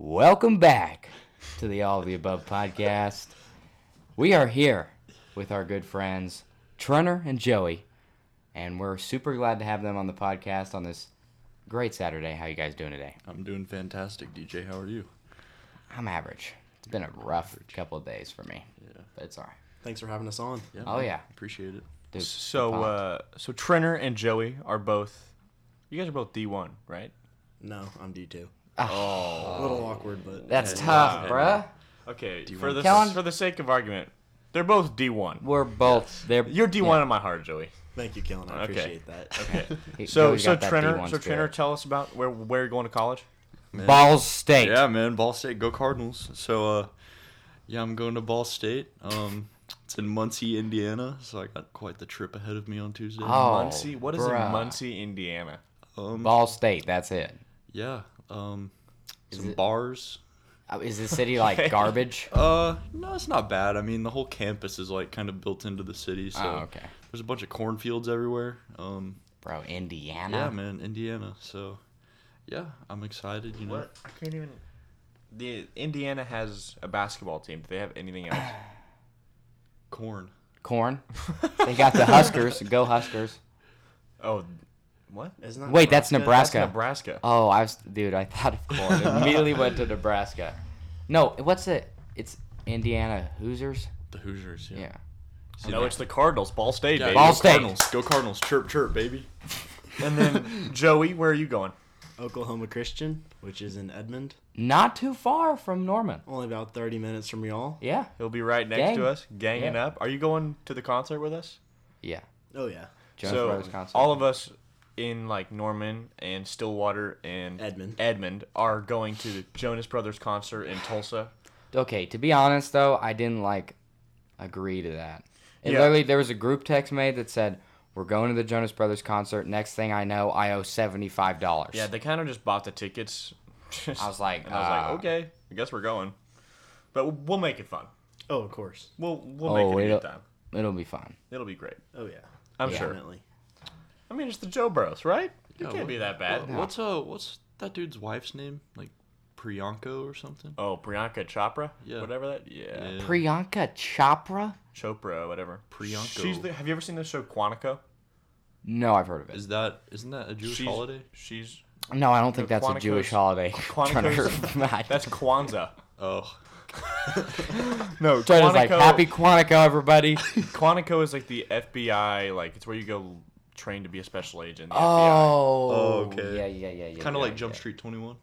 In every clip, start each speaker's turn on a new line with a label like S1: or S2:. S1: Welcome back to the All of the Above podcast. We are here with our good friends Trenner and Joey, and we're super glad to have them on the podcast on this great Saturday. How you guys doing today?
S2: I'm doing fantastic, DJ. How are you?
S1: I'm average. It's been a rough couple of days for me, but it's all right.
S3: Thanks for having us on.
S2: Yeah,
S1: Oh,
S2: man.
S1: yeah.
S2: Appreciate it.
S1: Dude,
S4: So,
S1: we're pumped.
S4: uh, so Trenner and Joey are both. You guys are both D one, right?
S3: No, I'm D2.
S1: Ah,
S3: A little awkward, but
S1: that's
S2: yeah,
S1: tough,
S2: yeah.
S1: bruh.
S4: Okay.
S2: D1.
S4: For the
S1: Kellen?
S4: for the sake of argument, they're both D one.
S1: We're both they're
S4: You're D one
S1: yeah.
S4: in my heart, Joey.
S3: thank you, Kellen. I
S4: Okay.
S3: appreciate that.
S4: Okay.
S1: He-
S4: so
S1: Joey's
S4: so
S1: got that
S4: Trenner
S1: D1
S4: so Trenner,
S1: spirit.
S4: tell us about where where you're going to college.
S1: Ball State.
S2: Yeah, man. Ball State, go Cardinals. So, uh, yeah, I'm going to Ball State. Um, it's in Muncie, Indiana. So I got quite the trip ahead of me on Tuesday.
S1: Oh,
S4: Muncie. What is
S1: bruh.
S4: in Muncie, Indiana?
S2: Um,
S1: Ball State. That's it.
S2: yeah. Um,
S1: Is
S2: some
S1: it-
S2: bars.
S1: Uh, Is the city like garbage?
S4: Oh.
S2: Uh, no, it's not bad. I mean, the whole campus is like kind of built into the city. So
S1: Oh, okay.
S2: there's a bunch of cornfields everywhere. Um,
S1: Bro, Indiana.
S2: yeah, man, Indiana. So, yeah, I'm excited. You know.
S4: What? I can't even. The Indiana has a basketball team. Do they have anything else?
S2: Corn.
S1: Corn. They got the Huskers. Go Huskers.
S4: oh, what?
S3: Isn't that
S1: Wait, that's Nebraska.
S4: That's Nebraska.
S1: Oh, I was dude, I thought of corn. Immediately went to Nebraska. No, what's it? It's Indiana Hoosiers.
S2: The Hoosiers.
S1: Yeah.
S4: no, it's the Cardinals. Ball State,
S2: Yeah,
S4: baby.
S1: Ball
S2: go
S1: State.
S2: Cardinals. Go Cardinals. Chirp, chirp, baby.
S4: And then Joey, where are you going?
S3: Oklahoma Christian, which is in Edmond,
S1: Not too far from Norman.
S3: only about 30 minutes from y'all.
S1: Yeah.
S4: He'll be right next
S1: Gang.
S4: to us, ganging
S1: Yeah.
S4: up. Are you going to the concert with us?
S1: Yeah.
S3: Oh yeah,
S1: Jones
S4: so
S1: Brothers concert.
S4: all of us in like Norman and Stillwater and
S3: Edmond.
S4: Edmond are going to the Jonas Brothers concert in Tulsa.
S1: Okay, to be honest though, I didn't like agree to that. It
S4: Yeah.
S1: literally there was a group text made that said, We're going to the Jonas Brothers concert. Next thing I know, I owe seventy five dollars.
S4: Yeah, they kind of just bought the tickets.
S1: I was like,
S4: and I was
S1: uh,
S4: like, okay, I guess we're going, but we'll, we'll make it fun.
S3: Oh of course.
S4: We'll we'll make
S1: Oh,
S4: it a
S1: it'll-
S4: good time.
S1: It'll be fun.
S4: It'll be great.
S3: Oh yeah,
S4: I'm
S1: Yeah.
S4: sure.
S3: definitely.
S4: I mean, it's the Joe Bros, right? It
S2: Yeah,
S4: can't
S2: what-
S4: be that bad.
S2: what- What's uh what's that dude's wife's name? Like Priyanko or something?
S4: Oh, Priyanka Chopra,
S2: Yeah.
S4: whatever that. Yeah,
S2: Oh, Yeah.
S1: Priyanka Chopra?
S4: Chopra, whatever.
S2: Priyanko.
S4: She's the, have you ever seen the show Quantico?
S1: No, I've heard of it.
S2: Is that isn't that a Jewish
S4: she's,
S2: holiday?
S4: She's
S1: No, I don't think that's a
S4: Quantico's-
S1: Jewish holiday.
S4: Quantico's-
S1: that's
S4: that's Kwanzaa.
S2: Oh.
S4: No,
S1: China's like happy Quantico, everybody.
S4: Quantico is like the FBI, like it's where you go train to be a special agent. in The FBI.
S1: Oh,
S2: Oh, okay.
S1: Yeah, yeah, yeah, yeah.
S2: Kind of
S1: yeah,
S2: like Jump
S1: yeah.
S2: Street 21.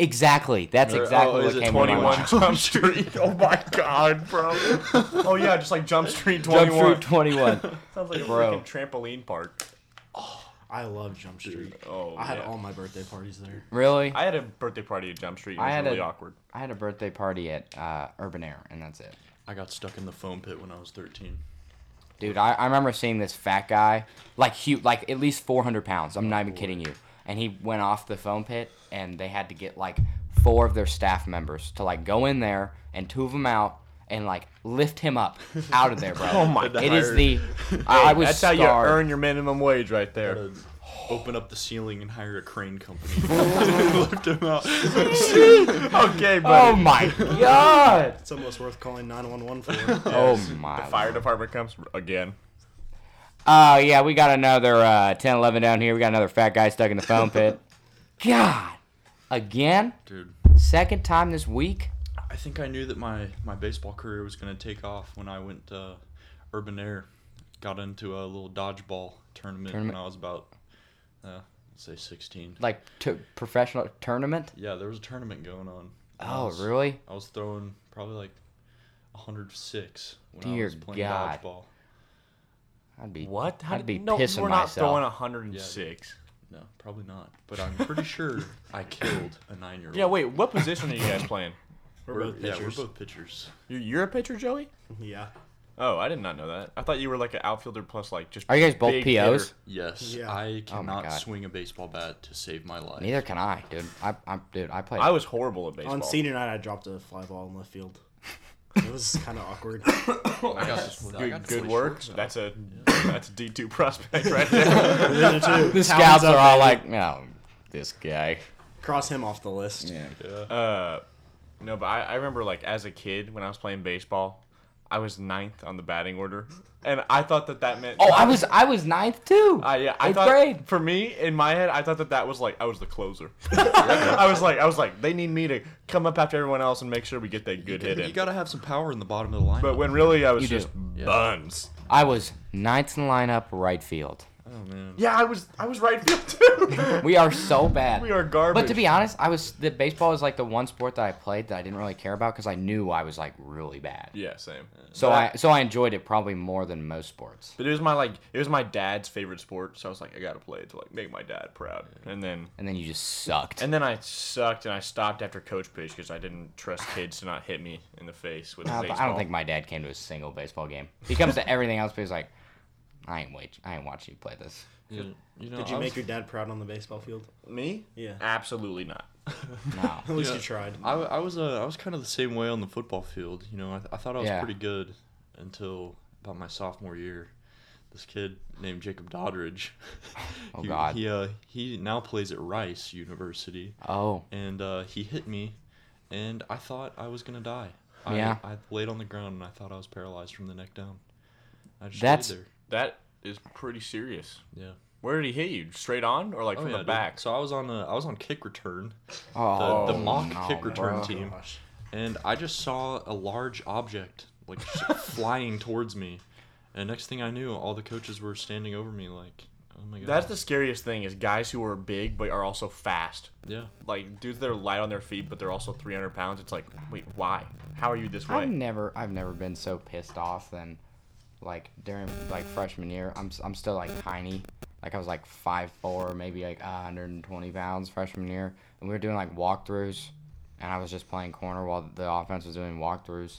S1: Exactly. That's
S2: Or-
S1: exactly what
S2: oh, is it
S1: came to my
S4: 21
S1: mind.
S4: Jump Street. Oh my god, bro. Oh yeah, just like Jump Street 21.
S1: Jump Street 21.
S4: Sounds like a
S1: Bro.
S4: freaking trampoline park.
S3: I love Jump Street.
S4: Oh,
S3: I had
S4: yeah.
S3: all my birthday parties there.
S1: really?
S4: I had a birthday party at Jump Street. It was
S1: I had
S4: really
S1: a-
S4: awkward.
S1: I had a birthday party at uh, Urban Air, and that's it.
S2: I got stuck in the foam pit when I was 13.
S1: Dude, I, I remember seeing this fat guy, like huge, like at least 400 pounds.
S4: Oh,
S1: I'm not even kidding you. And he went off the foam pit, and they had to get like four of their staff members to like go in there and two of them out and like lift him up out of there, bro.
S4: Oh my
S1: It is
S2: Hire-
S1: the. I I was
S4: That's
S1: scarred.
S4: how you earn your minimum wage right there.
S2: Open up the ceiling and hire a crane company. Lift him out.
S4: okay,
S1: Oh
S4: buddy.
S1: my god!
S3: It's almost worth calling 911 for.
S1: Oh my.
S4: the fire department comes again.
S1: Oh yeah, we got another uh, 10, 11 down here. We got another fat guy stuck in the foam pit. God, again,
S2: Dude,
S1: second time this week.
S2: I think I knew that my my baseball career was going to take off when I went to Urban Air. Got into a little dodgeball tournament,
S1: Tournament.
S2: when I was about, uh, let's say 16.
S1: Like t- professional tournament.
S2: Yeah, there was a tournament going on. and I
S1: Oh
S2: was-
S1: really?
S2: I was throwing probably like 106 when I
S1: Dear
S2: was playing
S1: God.
S2: dodgeball.
S1: I'd be
S4: What? How
S1: I'd be
S4: did, no,
S1: pissing
S4: we're
S1: myself.
S4: not throwing 106.
S2: No, probably not. But I'm pretty sure I killed a nine-year-old.
S4: Yeah, wait. What position are you guys playing?
S3: We're
S2: We're,
S3: both
S2: yeah, we're
S3: pitchers.
S2: both pitchers.
S4: You're, you're a pitcher, Joey?
S3: yeah.
S4: Oh, I did not know that. I thought you were like an outfielder plus like just.
S1: Are you guys both
S4: big
S1: POs?
S4: hitter.
S2: Yes,
S3: Yeah.
S2: I
S1: Oh my
S2: cannot
S1: God.
S2: swing a baseball bat to save my life.
S1: Neither can I, dude. I, I'm dude. I played.
S4: I was horrible at baseball.
S3: On senior night, I dropped a fly ball in left field. It was kind of awkward. I
S2: I got this- I got
S4: Good,
S2: to
S4: good
S2: play
S4: work.
S2: shortstop.
S4: That's a that's a D two prospect right there.
S1: the scouts are all like, no, this guy.
S3: Cross him off the list.
S5: Yeah.
S4: Uh, no, but I, I remember like as a kid when I was playing baseball, I was ninth on the batting order, and I thought that that meant.
S1: Oh, I was I was ninth too.
S4: Uh, yeah, I
S1: Eighth
S4: thought
S1: grade.
S4: for me in my head, I thought that that was like I was the closer. I was like, I was like, they need me to come up after everyone else and make sure we get that good hit
S2: You
S4: in.
S2: gotta have some power in the bottom of the line.
S4: But when really I was
S1: You do.
S4: just buns.
S1: I was ninth in the lineup, right field.
S2: oh man,
S4: Yeah, I was I was right field too.
S1: We are so bad.
S4: We are garbage.
S1: But to be honest, I was the baseball is like the one sport that I played that I didn't really care about because I knew I was like really bad.
S4: yeah, same.
S1: So I so I enjoyed it probably more than most sports.
S4: But it was my like it was my dad's favorite sport, so I was like, I gotta play it to like make my dad proud. And then
S1: And then you just sucked.
S4: and then I sucked and I stopped after coach pitch because I didn't trust kids to not hit me in the face with a
S1: Uh, but
S4: baseball.
S1: I don't think my dad came to a single baseball game. He comes to everything else, but he's like, I ain't wait, I ain't watching you play this.
S2: yeah, you know,
S3: Did
S2: I
S3: you
S2: was-
S3: make your dad proud on the baseball field?
S4: me?
S3: Yeah.
S4: Absolutely not.
S1: No.
S3: At least
S2: Yeah.
S3: you tried.
S2: I, I was uh, I was kind of the same way on the football field. You know, I, I thought I was
S1: Yeah.
S2: pretty good until about my sophomore year. This kid named Jacob Doddridge.
S1: Oh,
S2: he,
S1: God.
S2: He uh, he now plays at Rice University,
S1: Oh,
S2: and uh, he hit me, and I thought I was gonna die.
S1: Yeah.
S2: I, I laid on the ground and I thought I was paralyzed from the neck down. I just
S1: That's-
S2: laid
S4: That is pretty serious.
S2: there. Yeah.
S4: Where did he hit you? Straight on or like
S2: Oh,
S4: from
S2: yeah,
S4: the
S2: dude.
S4: back?
S2: So I was on a, I was on kick return, the,
S1: oh,
S2: the mock
S1: no,
S2: kick return
S1: bro.
S2: team.
S3: Oh Gosh.
S2: and I just saw a large object like just flying towards me, and next thing I knew, all the coaches were standing over me like, "Oh my god!"
S4: That's the scariest thing is guys who are big but are also fast.
S2: yeah.
S4: Like dudes that are light on their feet but they're also 300 pounds. It's like, wait, why? How are you this way?
S1: I've never, I've never been so pissed off than, like during like freshman year. I'm, s- I'm still like tiny. Like I was like five four, maybe like 120 pounds freshman year, and we were doing like walkthroughs, and I was just playing corner while the offense was doing walkthroughs,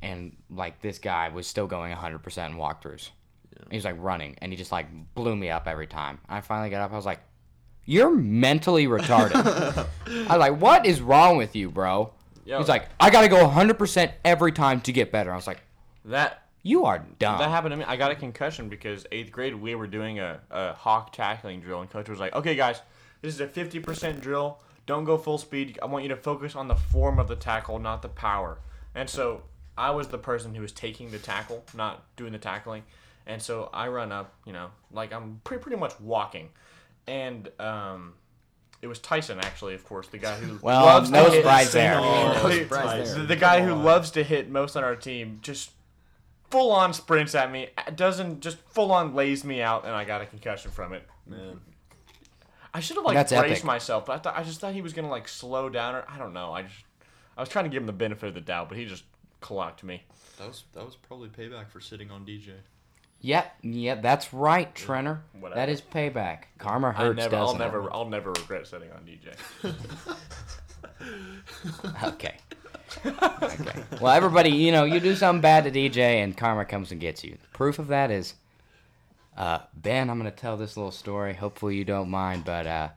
S1: and like this guy was still going 100 percent in walkthroughs. He was like running, and he just like blew me up every time. I finally got up. I was like, "You're mentally retarded." I was like, "What is wrong with you, bro?"
S4: Yo.
S1: He's like, "I gotta go 100% every time to get better." I was like,
S4: That
S1: "You are dumb."
S4: that happened to me. I got a concussion because eighth grade we were doing a, a hawk tackling drill and coach was like, Okay guys, this is a fifty percent drill. Don't go full speed. I want you to focus on the form of the tackle, not the power. And so I was the person who was taking the tackle, not doing the tackling. And so I run up, you know, like I'm pretty pretty much walking. And um it was Tyson actually, of course, the guy who
S1: well,
S4: loves to
S1: no
S4: hit-
S1: surprise there.
S3: Oh,
S4: the,
S3: surprise.
S4: the- the guy who loves to hit most on our team just full on sprints at me, doesn't just full on lays me out, and I got a concussion from it.
S3: Man.
S4: I should have like
S1: That's
S4: braced
S1: epic.
S4: myself, but I, thought I just thought he was gonna like slow down, or I don't know. I just I was trying to give him the benefit of the doubt, but he just clocked me.
S2: That was that was probably payback for sitting on DJ.
S1: Yep, yep, that's right, Trenner. That
S4: Whatever.
S1: is payback. Karma
S4: I
S1: hurts,
S4: never, I'll
S1: doesn't
S4: never, I'll never regret sitting on DJ.
S1: it? Okay. okay. Well, everybody, you know, you do something bad to DJ, and karma comes and gets you. Proof of that is, uh, Ben. I'm gonna tell this little story. Hopefully, you don't mind, but uh,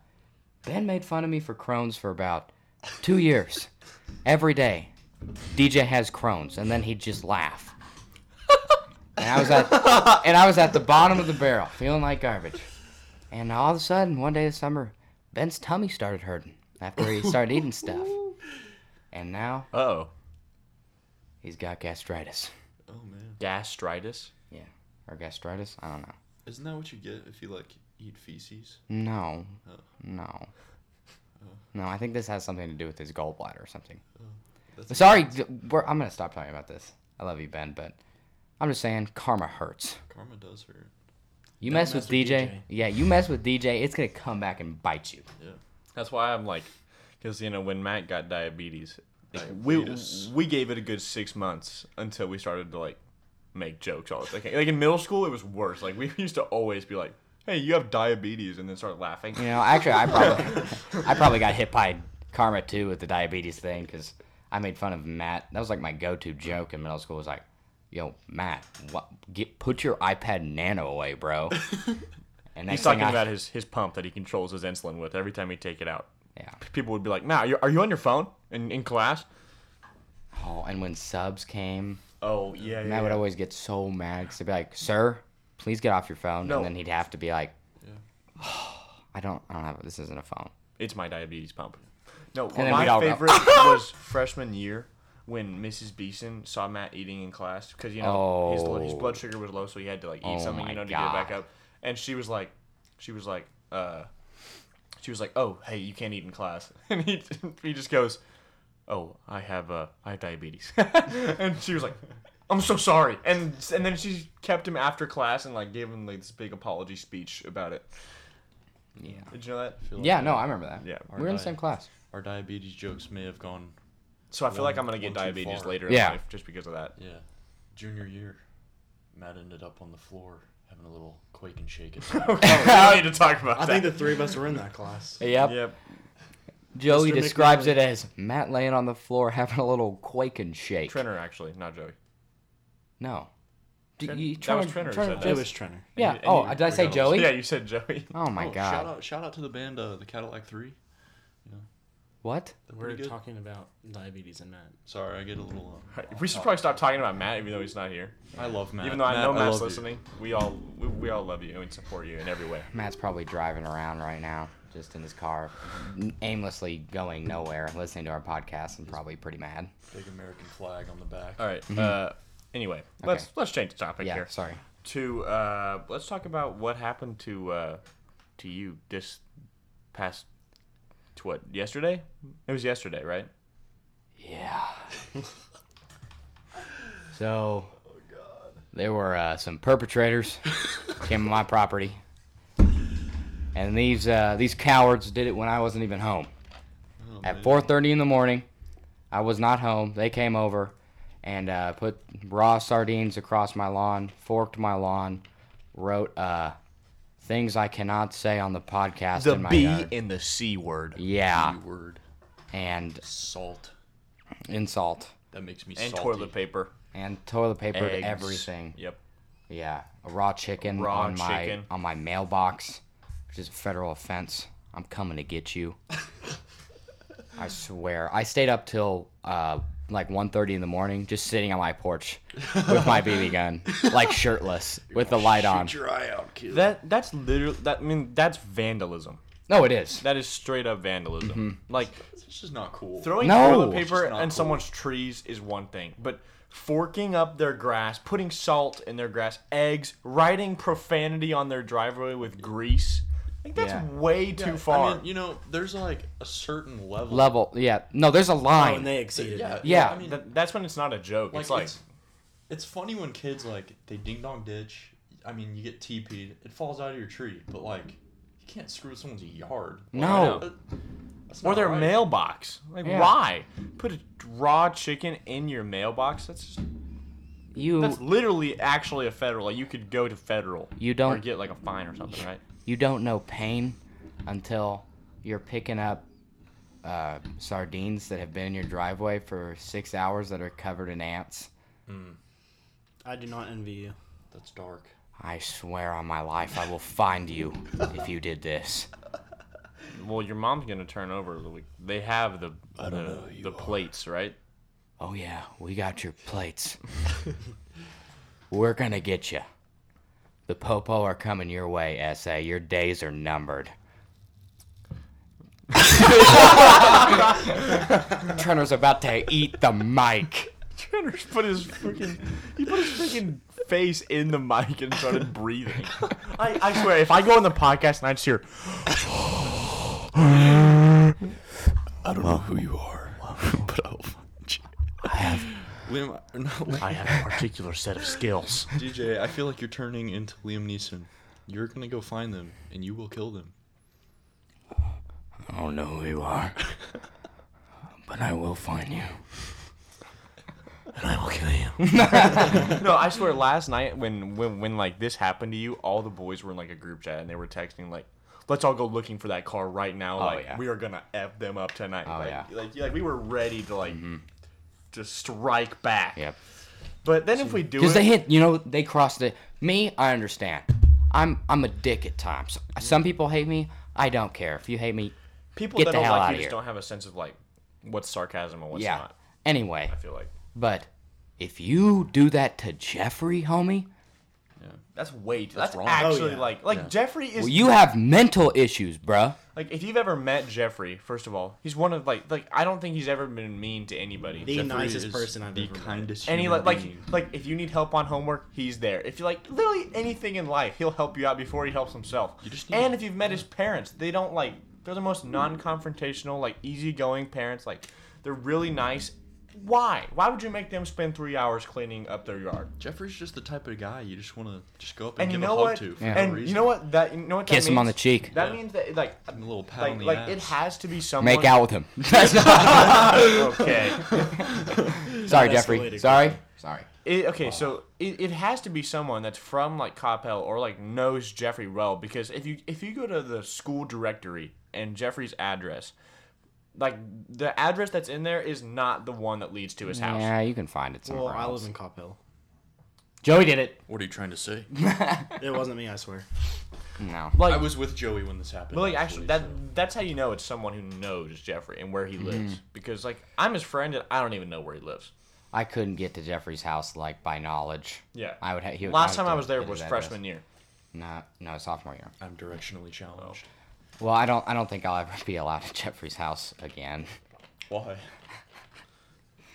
S1: Ben made fun of me for Crohn's for about two years. Every day, DJ has Crohn's, and then he'd just laugh. And I was at and I was at the bottom of the barrel, feeling like garbage. And all of a sudden, one day this summer, Ben's tummy started hurting after he started eating stuff. And now
S4: Oh,
S1: he's got gastritis.
S2: Oh man,
S4: gastritis.
S1: Yeah. Or gastritis? I don't know.
S2: isn't that what you get if you like eat feces?
S1: No.
S2: Oh.
S1: No. No, I think this has something to do with his gallbladder or something.
S2: That's-
S1: Sorry, d- we're, I'm going to stop talking about this. I love you, Ben, but I'm just saying karma hurts.
S2: Karma does hurt.
S1: You
S3: Don't
S1: mess, with,
S3: mess
S1: DJ,
S3: with DJ.
S1: yeah, you mess with DJ, it's going to come back and bite you.
S4: That's why I'm like, because you know when Matt got diabetes, like, we
S2: Diabetes.
S4: we gave it a good six months until we started to like make jokes all the time. Like in middle school, it was worse. Like we used to always be like, "Hey, you have diabetes," and then start laughing.
S1: You know, actually, I probably, I probably got hit by karma too with the diabetes thing because I made fun of Matt. That was like my go-to joke in middle school. Was like, "Yo, Matt, what, get put your iPad Nano away, bro." And
S4: He's
S1: next thing
S4: talking
S1: I-
S4: about his his pump that he controls his insulin with. Every time he take it out,
S1: yeah.
S4: people would be like, "Matt, are you, are you on your phone in in class?"
S1: Oh, and when subs came,
S4: Oh yeah,
S1: Matt would always get so mad because he'd be like, "Sir, please get off your phone,"
S4: No.
S1: and then he'd have to be like, "I don't, I don't have this. Isn't a phone."
S4: It's my diabetes pump. No,
S1: then we'd
S4: my
S1: all go-
S4: favorite was freshman year when Mrs. Beeson saw Matt eating in class because you know his, lo- his
S1: Oh.
S4: blood sugar was low, so he had to like eat
S1: Oh
S4: something
S1: my
S4: you know to get it back
S1: God.
S4: up. And she was like, she was like, uh, she was like, oh hey, you can't eat in class, and he he just goes, oh I have uh I have diabetes, and she was like. I'm so sorry, and and then she kept him after class and like gave him like this big apology speech about it.
S1: Yeah.
S4: Did you know that?
S1: Yeah, no, I remember that.
S4: Yeah.
S1: we were in the same class.
S2: Our diabetes jokes may have gone.
S4: So I feel like I'm gonna
S2: One
S4: get
S2: too
S4: diabetes
S2: far.
S4: later in
S1: Yeah.
S4: life just because of that.
S2: Yeah, junior year, Matt ended up on the floor having a little quake and shake. It.
S1: Oh
S4: we don't need to talk
S3: I
S4: about that.
S3: think the three of us were in that class.
S1: Yep.
S4: Yep.
S1: Joey
S3: Mr.
S1: describes
S3: McNally.
S1: it as Matt laying on the floor having a little quake and shake.
S4: Trenner actually, not Joey.
S1: No. D-
S4: Tren- that
S1: Trenner-
S4: was Trenner who
S1: Trenner
S4: said that.
S1: just-
S3: It was Trenner.
S1: Yeah.
S4: And you- and
S1: oh,
S4: you-
S1: did I say
S2: we got
S1: Joey?
S4: Yeah, you said Joey.
S1: Oh my god.
S2: Shout out! Shout out to the band, uh, the Cadillac Three.
S1: What?
S2: They're
S3: We're
S2: pretty good.
S3: talking about diabetes and Matt.
S2: Sorry, I get a little. Uh,
S4: We should probably stop talking about Matt, even though he's not here.
S2: I love Matt.
S4: even though I
S2: Matt,
S4: know Matt's
S2: love you.
S4: listening, we all we, we all love you and support you in every way.
S1: Matt's probably driving around right now, just in his car, n- aimlessly going nowhere, listening to our podcast, and probably pretty mad.
S2: Big American flag on the back.
S4: All right, Uh, anyway, let's
S1: Mm-hmm. Okay.
S4: let's change the topic
S1: yeah.
S4: here.
S1: Sorry.
S4: To uh, let's talk about what happened to uh, to you this past to what yesterday? It was yesterday, right?
S1: Yeah. so.
S2: Oh,
S1: There were uh, some perpetrators came to my property, and these uh, these cowards did it when I wasn't even home.
S2: Oh,
S1: At
S2: man.
S1: 4:30 in the morning, I was not home. They came over and uh, put raw sardines across my lawn, forked my lawn, wrote uh, things I cannot say on the podcast in my yard.
S4: and the C word.
S1: Yeah,
S2: Word
S1: and
S2: salt.
S1: insult
S2: That makes me
S4: and
S2: salty.
S4: toilet paper.
S1: and toilet paper
S4: Eggs.
S1: and everything.
S4: Yep.
S1: Yeah, a raw chicken
S4: Raw
S1: on my
S4: chicken.
S1: on my mailbox, which is a federal offense. I'm coming to get you. I swear. I stayed up till uh, like 1:30 in the morning, just sitting on my porch with my BB gun, like shirtless, with the light on.
S2: Shoot your eye out, kid.
S4: That that's literally that I mean that's vandalism.
S1: No, it is.
S4: That is straight up vandalism. Like
S2: It's just not cool.
S4: throwing
S1: Mm-hmm. No.
S4: toilet
S1: It's
S4: paper
S2: just
S4: in
S2: not cool.
S4: someone's trees is one thing, but forking up their grass, putting salt in their grass, eggs, writing profanity on their driveway with grease. I think that's
S1: Yeah.
S4: way
S2: Yeah,
S4: too far.
S2: I mean, you know, there's like a certain level.
S1: Level. Yeah. No, there's a
S3: Oh, and
S1: line.
S3: they exceeded
S2: Yeah,
S3: that.
S1: Yeah.
S2: I mean,
S4: That- that's when it's not a joke.
S2: like,
S4: it's like
S2: it's, it's funny when kids like they ding dong ditch. I mean, you get TP'd, it falls out of your tree, but like you can't screw with someone's yard. Like,
S1: No.
S2: that- that's
S4: or
S2: not
S4: their
S2: right.
S4: mailbox. Like
S1: Yeah.
S4: why put a raw chicken in your mailbox? That's just
S1: You
S4: That's literally actually a federal. Like you could go to federal.
S1: You
S4: or
S1: don't-
S4: get like a fine or something, right?
S1: you don't know pain until you're picking up uh, sardines that have been in your driveway for six hours that are covered in ants.
S3: I do not envy you.
S2: That's dark.
S1: I swear on my life, I will find you if you did this.
S4: Well, your mom's gonna turn over. Like, they have the
S2: don't know
S4: the,
S2: who you
S4: the
S2: are.
S4: plates, right?
S1: Oh, yeah, we got your plates. We're gonna get you. The Popo are coming your way, SA. Your days are numbered. Turner's about to eat the mic.
S4: Trenner's put his freaking he put his freaking face in the mic and started breathing. I, I swear, if I go on the podcast and I just hear
S2: I don't know who you are, but I'll find you. Liam, no, Liam-
S4: I have a particular set of skills.
S2: DJ, I feel like you're turning into Liam Neeson. You're gonna go find them, and you will kill them.
S1: I don't know who you are, but I will find you.
S2: And I will kill you.
S4: No, I swear. Last night, when when when like this happened to you, all the boys were in like a group chat and they were texting like, "Let's all go looking for that car right now. like
S1: Oh, yeah.
S4: we are gonna f them up tonight.
S1: Oh,
S4: like,
S1: yeah. Mm-hmm.
S4: like like we were ready to like to strike back.
S1: Yep.
S4: But then if we do it,
S1: Because they hit, you know, they cross the. Me, I understand. I'm I'm a dick at times. Some people hate me. I don't care. If you hate me,
S4: people
S1: get
S4: that
S1: the
S4: don't
S1: hell
S4: like
S1: outta
S4: you just
S1: here.
S4: don't have a sense of like what's sarcasm and what's
S1: yeah.
S4: not.
S1: Anyway,
S4: I feel like
S1: but if you do that to Jeffrey, homie,
S4: That's weight. That's,
S2: That's wrong.
S4: actually
S3: Oh, yeah.
S4: like like
S2: Yeah.
S4: Jeffrey is
S1: Well, you have mental issues, bruh.
S4: like if you've ever met Jeffrey. First of all, he's one of like like I don't think he's ever been mean to anybody.
S3: The
S2: Jeffrey
S3: nicest
S2: is
S3: person I've
S2: the
S3: ever met.
S2: kindest.
S4: any
S2: human
S4: like like
S2: being.
S4: like if you need help on homework, he's there. If you like literally anything in life, he'll help you out before he helps himself.
S2: You just need- Hmm.
S4: and if you've met his parents, they don't like they're the most non-confrontational, like easygoing parents. Like they're really nice. Why? Why would you make them spend three hours cleaning up their yard?
S2: Jeffrey's just the type of guy you just want to just go up
S4: And
S2: and,
S4: you
S2: give
S4: know
S2: a hug
S4: what?
S2: to. For
S1: Yeah.
S2: no
S4: And you
S2: reason.
S4: know what? That you know what? that
S1: Kiss him on the
S4: means?
S1: cheek.
S4: That
S2: Yeah.
S4: means that like
S2: A little pat on
S4: like,
S2: the
S4: like
S2: ass.
S4: it has to be someone.
S1: Make out with him. That's not.
S4: okay.
S1: Sorry,
S3: That
S1: Jeffrey.
S3: escalated
S1: Sorry. Sorry.
S4: It, okay, so it, it has to be someone that's from like Coppell or like knows Jeffrey well because if you if you go to the school directory and Jeffrey's address, like the address that's in there is not the one that leads to his house.
S1: Yeah, you can find it somewhere.
S3: Well, I
S1: else.
S3: live in Cop Hill.
S1: Joey did it.
S2: What are you trying to say?
S3: It wasn't me, I swear.
S1: No.
S4: Like,
S2: I was with Joey when this happened.
S4: but like actually that that's how you know it's someone who knows Jeffrey and where he lives because like I'm his friend and I don't even know where he lives.
S1: I couldn't get to Jeffrey's house like by knowledge.
S4: Yeah.
S1: I would. Ha- he would would
S4: Last time I
S1: have
S4: was
S1: to
S4: there
S1: get
S4: was
S1: his address.
S4: freshman year.
S1: No, no, sophomore year.
S2: I'm directionally challenged.
S4: Oh.
S1: Well, I don't. I don't think I'll ever be allowed at Jeffrey's house again. Uh,
S2: Why?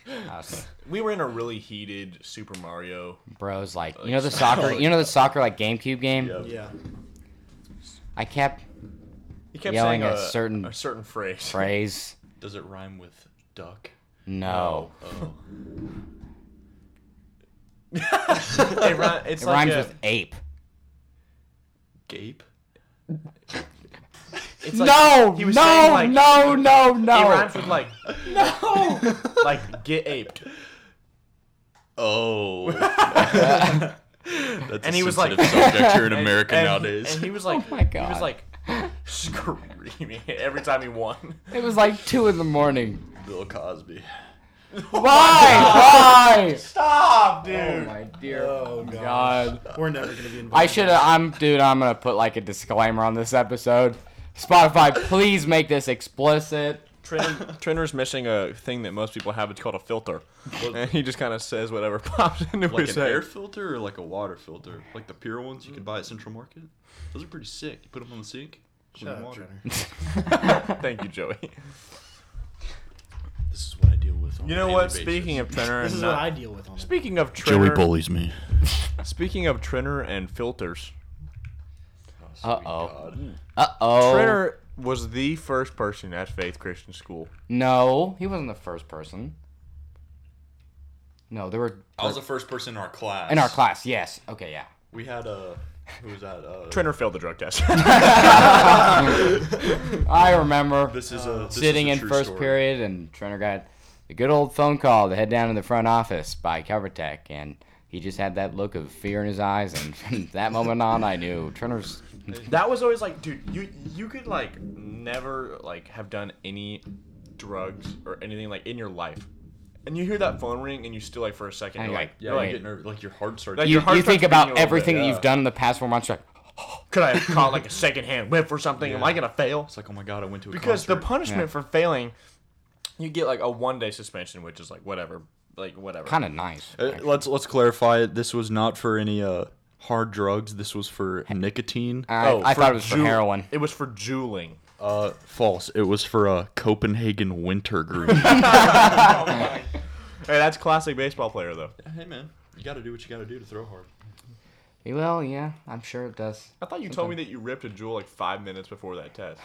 S1: I was-
S4: We were in a really heated Super Mario.
S1: bros, like you know the soccer. You know the soccer like GameCube game.
S2: Yeah.
S3: Yeah.
S1: I kept
S4: He kept
S1: Yelling
S4: saying
S1: a certain
S4: a certain phrase.
S1: phrase.
S2: Does it rhyme with duck?
S1: No.
S2: Oh.
S4: It rhy- it's
S1: It
S4: like
S1: rhymes
S4: a-
S1: with ape.
S2: Gape?
S4: It's like- he was saying, like,
S1: no, no,
S4: It
S1: no.
S4: rhymes with like no, like get aped.
S2: Oh. That's a
S4: And he was like-
S2: sensitive subject here in America
S4: And-
S2: nowadays.
S4: And he was like,
S1: Oh my
S4: he was
S1: God.
S4: like screaming every time he won.
S1: It was like two in the morning.
S2: Bill Cosby.
S1: Why? Why?
S4: Stop, dude.
S1: Oh my dear
S3: Oh, gosh.
S1: God.
S3: We're never going to be invited.
S1: I should.
S3: back.
S1: I'm dude. I'm gonna put like a disclaimer on this episode. Spotify, please make this explicit.
S4: Trinner, Trinner's missing a thing that most people have. It's called a filter, and he just kind of says whatever pops into
S2: Like
S4: his
S2: an air
S4: head.
S2: filter or like a water filter? Like the pure ones you can buy at Central Market? Those are pretty sick. You put them on the sink. clean
S3: Shut up,
S2: water.
S3: Turner.
S4: Thank you, Joey.
S2: This is what I deal with. On
S4: You know what? Speaking of Trinner,
S3: This
S4: and
S3: is
S4: not-
S3: what I deal with on it.
S4: speaking of Trinner,
S2: bullies me.
S4: speaking of Trinner and filters, Oh
S1: Uh-oh. Uh oh.
S4: Trinner was the first person at Faith Christian School.
S1: No, he wasn't the first person. No, there were
S2: I was the first person in our class.
S1: in our class. Yes. Okay. Yeah.
S2: We had a. Who was that? Uh,
S4: Trinner failed the drug test.
S1: I remember
S2: This is a. This is
S1: sitting
S2: a
S1: in
S2: true
S1: first
S2: story.
S1: period, and Trenner got the good old phone call to head down to the front office by Covertech, and he just had that look of fear in his eyes, and from that moment on, I knew Trenner's.
S4: That was always like, dude, you you could like never like have done any drugs or anything like in your life, and you hear that phone ring and you still like for a second
S1: And
S4: you're
S1: you're
S4: like,
S1: like,
S2: Yeah, you
S4: you're like,
S2: get nervous. Like your heart starts.
S4: Like,
S1: You,
S4: your heart
S1: you
S4: starts
S1: think about
S4: beating a little
S1: everything
S4: bit,
S1: that
S4: yeah.
S1: you've done in the past four months, you're like,
S4: could I have caught like a secondhand whiff or something? Am I gonna fail?
S2: it's like, oh my god, I went to a
S4: Because the
S2: concert.
S4: punishment
S1: Yeah.
S4: for failing, you get like a one day suspension, which is like whatever, like whatever.
S1: kind of nice.
S2: Uh, let's let's clarify. it. This was not for any uh hard drugs. This was for nicotine.
S1: I, I
S4: oh, for
S1: thought it was for
S4: jewel-
S1: heroin.
S4: It was for juuling.
S2: Uh, false. It was for uh, Copenhagen wintergreen.
S4: Hey, that's classic baseball player though.
S2: hey man, you gotta do what you gotta do to throw hard.
S1: Well, yeah, I'm sure it does.
S4: I thought you told me that you ripped a jewel like five minutes before that test.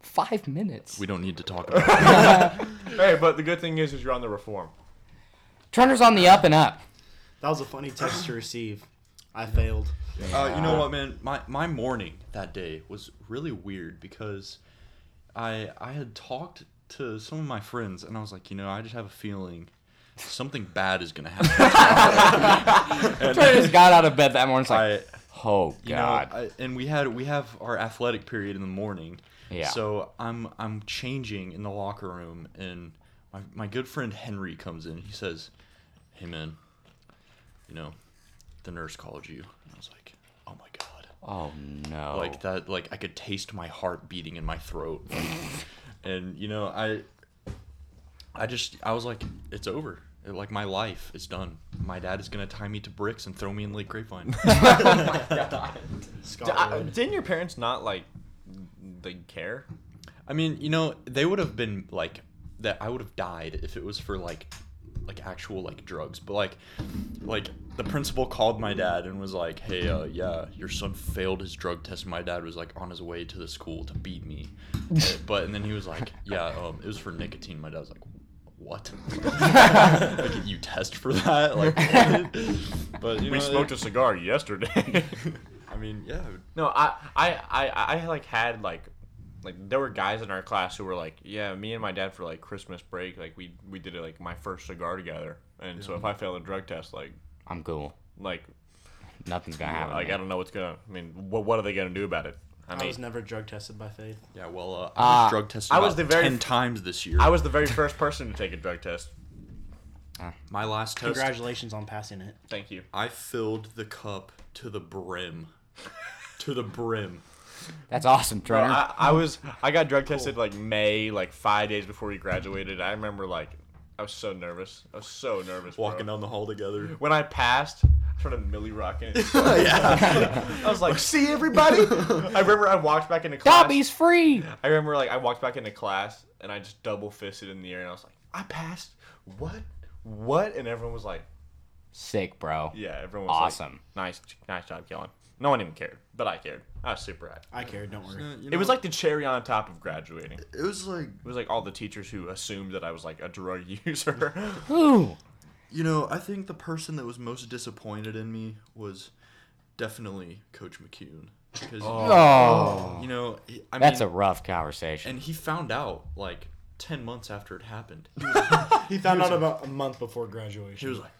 S1: Five minutes.
S2: We don't need to talk about. it.
S4: hey, but the good thing is, is you're on the reform.
S1: Trenner's on the up and up.
S3: That was a funny text to receive. I failed.
S2: Uh, you know what, man? My my morning that day was really weird because I I had talked to some of my friends and I was like, you know, I just have a feeling something bad is gonna happen.
S1: Trenner just got out of bed that morning. It's like,
S2: I,
S1: oh
S2: you
S1: god.
S2: know, I, and we had we have our athletic period in the morning.
S1: Yeah.
S2: So I'm I'm changing in the locker room, and my my good friend Henry comes in. He says, "Hey man, you know, the nurse called you." And I was like, "Oh my god!"
S1: oh no.
S2: Like that, like I could taste my heart beating in my throat. and you know, I I just I was like, "It's over." Like my life is done. my dad is gonna tie me to bricks and throw me in Lake Grapevine.
S4: D- I-
S3: Scotland.
S4: didn't your parents not like they care?
S2: I mean, you know, they would have been like that. I would have died if it was for like, like actual like drugs. But like, like the principal called my dad and was like, "Hey, uh, yeah, your son failed his drug test." My dad was like on his way to the school to beat me, Uh, but and then he was like, "Yeah, um, it was for nicotine." My dad was like. What? like, you test for that? Like, what? but you
S4: We
S2: know,
S4: smoked a cigar yesterday.
S2: I mean, yeah, I would-
S4: no, I, I, I, I like had like, like there were guys in our class who were like, yeah, me and my dad for like Christmas break, like we we did it like my first cigar together, and so if I fail a drug test, like,
S1: I'm cool.
S4: like,
S1: Nothing's gonna happen.
S4: like I
S1: man.
S4: don't know what's gonna. I mean, what what are they gonna do about it? I
S3: I
S4: mean,
S3: was never drug tested by faith.
S2: yeah. Well, uh, I was
S1: Uh,
S2: drug tested.
S4: Ah, I was
S2: about
S4: the very
S2: ten
S4: f-
S2: times this year.
S4: I was the very first person to take a drug test.
S2: my last test.
S3: Congratulations on passing it.
S4: Thank you.
S2: I filled the cup to the brim. to the brim.
S1: That's awesome,
S4: Bro,
S1: Trevor.
S4: I, I was I got drug tested like May, like five days before we graduated. I remember like I was so nervous. I was so nervous. bro.
S2: Walking down the hall together.
S4: When I passed, I started Millie rocking. it.
S2: Oh, yeah.
S4: I was like, "See everybody!" I remember I walked back into class.
S1: Dobby's free.
S4: I remember like I walked back into class and I just double fisted in the air and I was like, "I passed! What? What?" And everyone was like,
S1: Sick, bro.
S4: "Yeah, everyone was like,
S1: awesome.
S4: nice, nice job, Kellen." No one even cared, but I cared. I was super hyped.
S3: I cared, don't worry.
S4: It was like the cherry on top of graduating.
S2: it was like
S4: It was like all the teachers who assumed that I was like a drug user.
S1: Ooh.
S2: you know I think the person that was most disappointed in me was definitely Coach McCune because
S1: Oh,
S2: you know he- I
S1: that's a
S2: mean,
S1: rough conversation.
S2: and he found out like ten months after it happened.
S3: He found out about a month before graduation.
S2: He was like.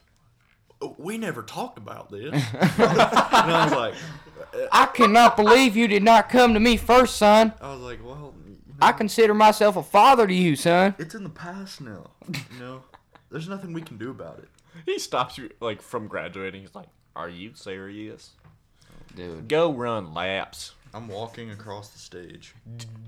S2: "Oh, We never talked about this. and I was like,
S1: I cannot believe you did not come to me first, son.
S2: I was like, well,
S1: I consider myself a father to you, son.
S2: it's in the past now. You know, there's nothing we can do about it.
S4: he stops you like from graduating. He's like, "Are you serious?
S1: Dude,
S4: Go run laps."
S2: I'm walking across the stage.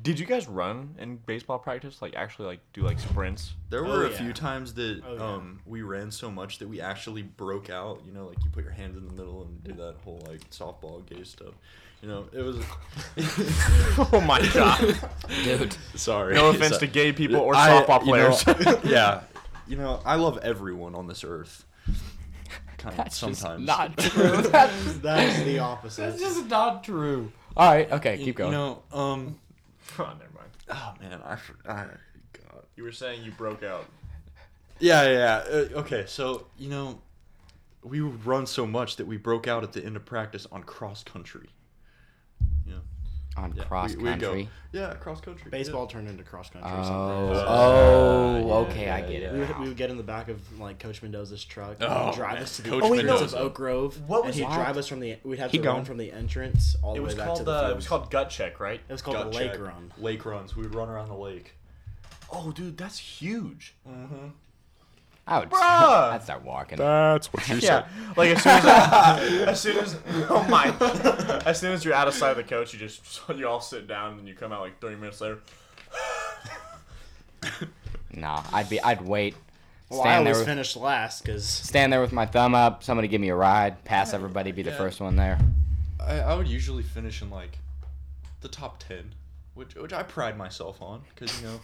S4: Did you guys run in baseball practice? Like actually like do like sprints?
S2: There
S3: Oh,
S2: were a
S3: yeah.
S2: few times that
S3: Oh, yeah.
S2: um, we ran so much that we actually broke out. You know, like you put your hands in the middle and do that whole like softball gay stuff. You know, it was.
S4: oh my god.
S1: dude.
S2: Sorry.
S4: No offense
S2: So-
S4: to gay people or
S2: I-
S4: softball
S2: you know,
S4: players.
S2: yeah, you know, I love everyone on this earth. Kind of
S1: That's
S2: sometimes.
S1: just not true. That's,
S3: that is the opposite.
S1: that's just not true. All right, okay, keep going.
S2: You know, um,
S4: oh, never mind.
S2: oh man, I, for- I God.
S4: You were saying you broke out.
S2: Yeah, yeah. yeah. Uh, okay, so you know, we would run so much that we broke out at the end of practice on cross country. Yeah,
S1: On
S2: yeah.
S1: cross
S2: we, we'd go-
S1: country.
S2: Yeah, cross country. yeah.
S3: Baseball turned into cross country.
S1: Oh,
S3: sometimes.
S1: oh,
S2: yeah,
S1: okay, I
S2: yeah,
S1: get
S2: yeah.
S1: it.
S3: We would,
S1: now.
S3: we would get in the back of like Coach Mendoza's truck,
S2: Oh,
S3: and drive
S2: man.
S3: us to the
S2: Coach
S3: entrance of
S2: Mendoza.
S3: Oak Grove,
S4: What
S3: and
S4: was
S3: he'd
S4: that?
S3: drive us from the. We'd have
S1: Keep
S3: to
S1: going.
S3: run from the entrance all the
S4: It
S3: way
S4: was
S3: back to
S4: called
S3: the.
S4: uh, it
S3: field.
S4: was called gut check, right?
S3: It was called
S2: Gut
S3: the lake
S2: check.
S3: run.
S2: Lake runs. We would run around the lake.
S4: Oh, dude, that's huge. Ah!
S1: I would.
S4: Bruh.
S1: I'd start walking.
S4: That's what you said. Like as soon as, I, as soon as, oh my, as soon as you're out of sight of the coach, you just you all sit down and you come out like 30 minutes later.
S1: Nah, I'd be. I'd wait.
S3: Well, I
S1: stand there.
S3: always
S1: With,
S3: finished last because
S1: stand there with my thumb up. Somebody give me a ride. Pass everybody. Be the
S2: Yeah.
S1: first one there.
S2: I, I would usually finish in like the top ten, which which I pride myself on because you know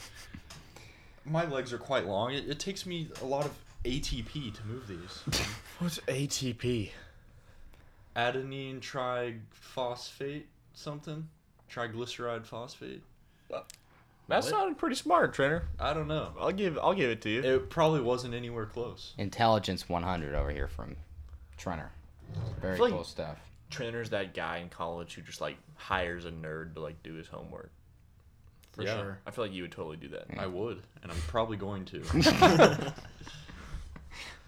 S2: my legs are quite long. It, it takes me a lot of ATP to move these.
S4: What's ATP?
S2: Adenine triphosphate something, triglyceride phosphate.
S4: That sounded pretty smart, trainer.
S2: I don't know.
S4: I'll give I'll give it to you.
S2: It probably wasn't anywhere close.
S1: Intelligence 100 over here from Trenner. Very
S4: feel like-
S1: cool stuff.
S4: Trainer's that guy in college who just like hires a nerd to like do his homework.
S3: for
S2: Yeah.
S3: sure.
S4: I feel like you would totally do that.
S2: I would, and I'm probably going to.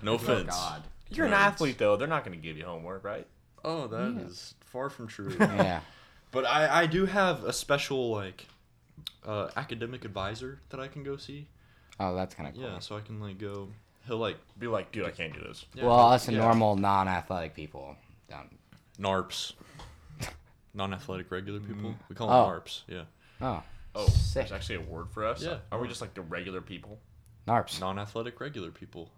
S2: no offense.
S4: oh, You're an
S2: Nerds.
S4: athlete though; they're not going to give you homework, right?
S2: Oh, that is far from true.
S1: Yeah.
S2: but I, I do have a special like uh, academic advisor that I can go see.
S1: Oh, that's kind of cool.
S2: Yeah, so I can like go. He'll like
S4: Be like, dude, I can't do this.
S2: yeah,
S1: Well,
S2: he'll-
S1: us
S2: yeah.
S1: normal, non-athletic people. Um,
S2: NARPs, non-athletic regular people. We call
S1: Oh.
S2: them NARPs. Yeah,
S1: oh,
S4: Oh,
S1: sick.
S4: there's actually a word for us.
S2: Yeah.
S4: Are we just like the regular people?
S1: Narps.
S2: non-athletic regular people.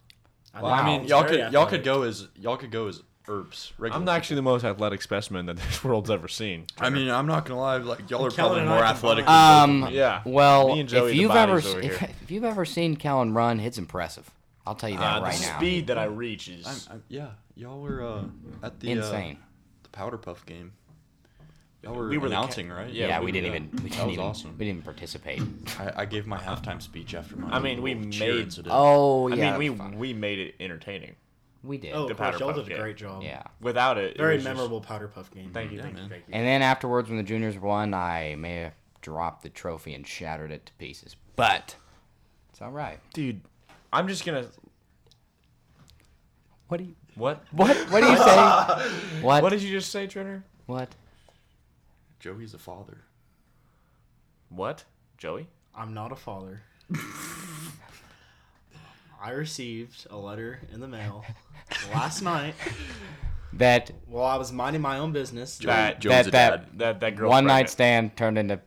S3: I
S2: Well, I
S1: Wow.
S2: mean,
S3: it's
S2: y'all
S3: very
S2: could y'all
S3: athletic.
S2: could go as y'all could go as herbs. Regular
S4: I'm actually the most athletic specimen that this world's ever seen.
S2: people. I mean, I'm not gonna lie. Like y'all are
S3: Kellen
S2: probably
S3: and
S2: more
S3: I
S2: athletic.
S3: combined.
S1: Um,
S4: Yeah.
S1: Well,
S4: Me and Joey,
S1: if
S4: the
S1: you've ever
S4: bodies over
S1: if,
S4: here.
S1: if you've ever seen Kellen run, it's impressive. I'll tell you that
S4: Uh, the
S1: right now.
S4: speed that I
S3: Mm.
S4: reach is
S2: I'm, I'm, yeah, y'all were uh, at the
S1: Insane.
S2: Uh, the Powder Puff game. Y'all were,
S4: We were the ca-
S2: announcing, right?
S1: yeah,
S4: yeah,
S1: we,
S4: we-
S1: didn't
S2: yeah.
S1: even we didn't
S2: that was
S1: even
S2: awesome.
S1: we didn't participate.
S2: I, I gave my halftime speech after my.
S4: I mean, we
S2: little
S4: made-
S2: cheer incident.
S1: Oh
S4: I
S1: yeah,
S4: mean, we
S1: that was fun.
S4: we made it entertaining.
S1: we did.
S3: Oh,
S4: The
S3: of course,
S4: powder
S3: y'all
S4: puff
S3: did a
S4: game.
S3: great job.
S1: Yeah.
S4: Without it, it
S3: Very
S4: was just-
S3: memorable powder puff game.
S4: thank you,
S2: Yeah,
S4: thank you,
S2: man.
S4: thank you.
S1: And then afterwards, when the juniors won, I may have dropped the trophy and shattered it to pieces, but it's all right.
S4: Dude, I'm just gonna
S1: What do you
S4: what?
S1: what What do you say? what
S4: What did you just say, Turner?
S1: what?
S2: Joey's a father.
S4: What, Joey?
S3: I'm not a father. I received a letter in the mail last night
S1: That
S3: while I was minding my own business.
S4: That
S2: Joey's a
S1: that-
S2: dad.
S4: that that girl.
S1: one night
S4: pregnant.
S1: stand turned into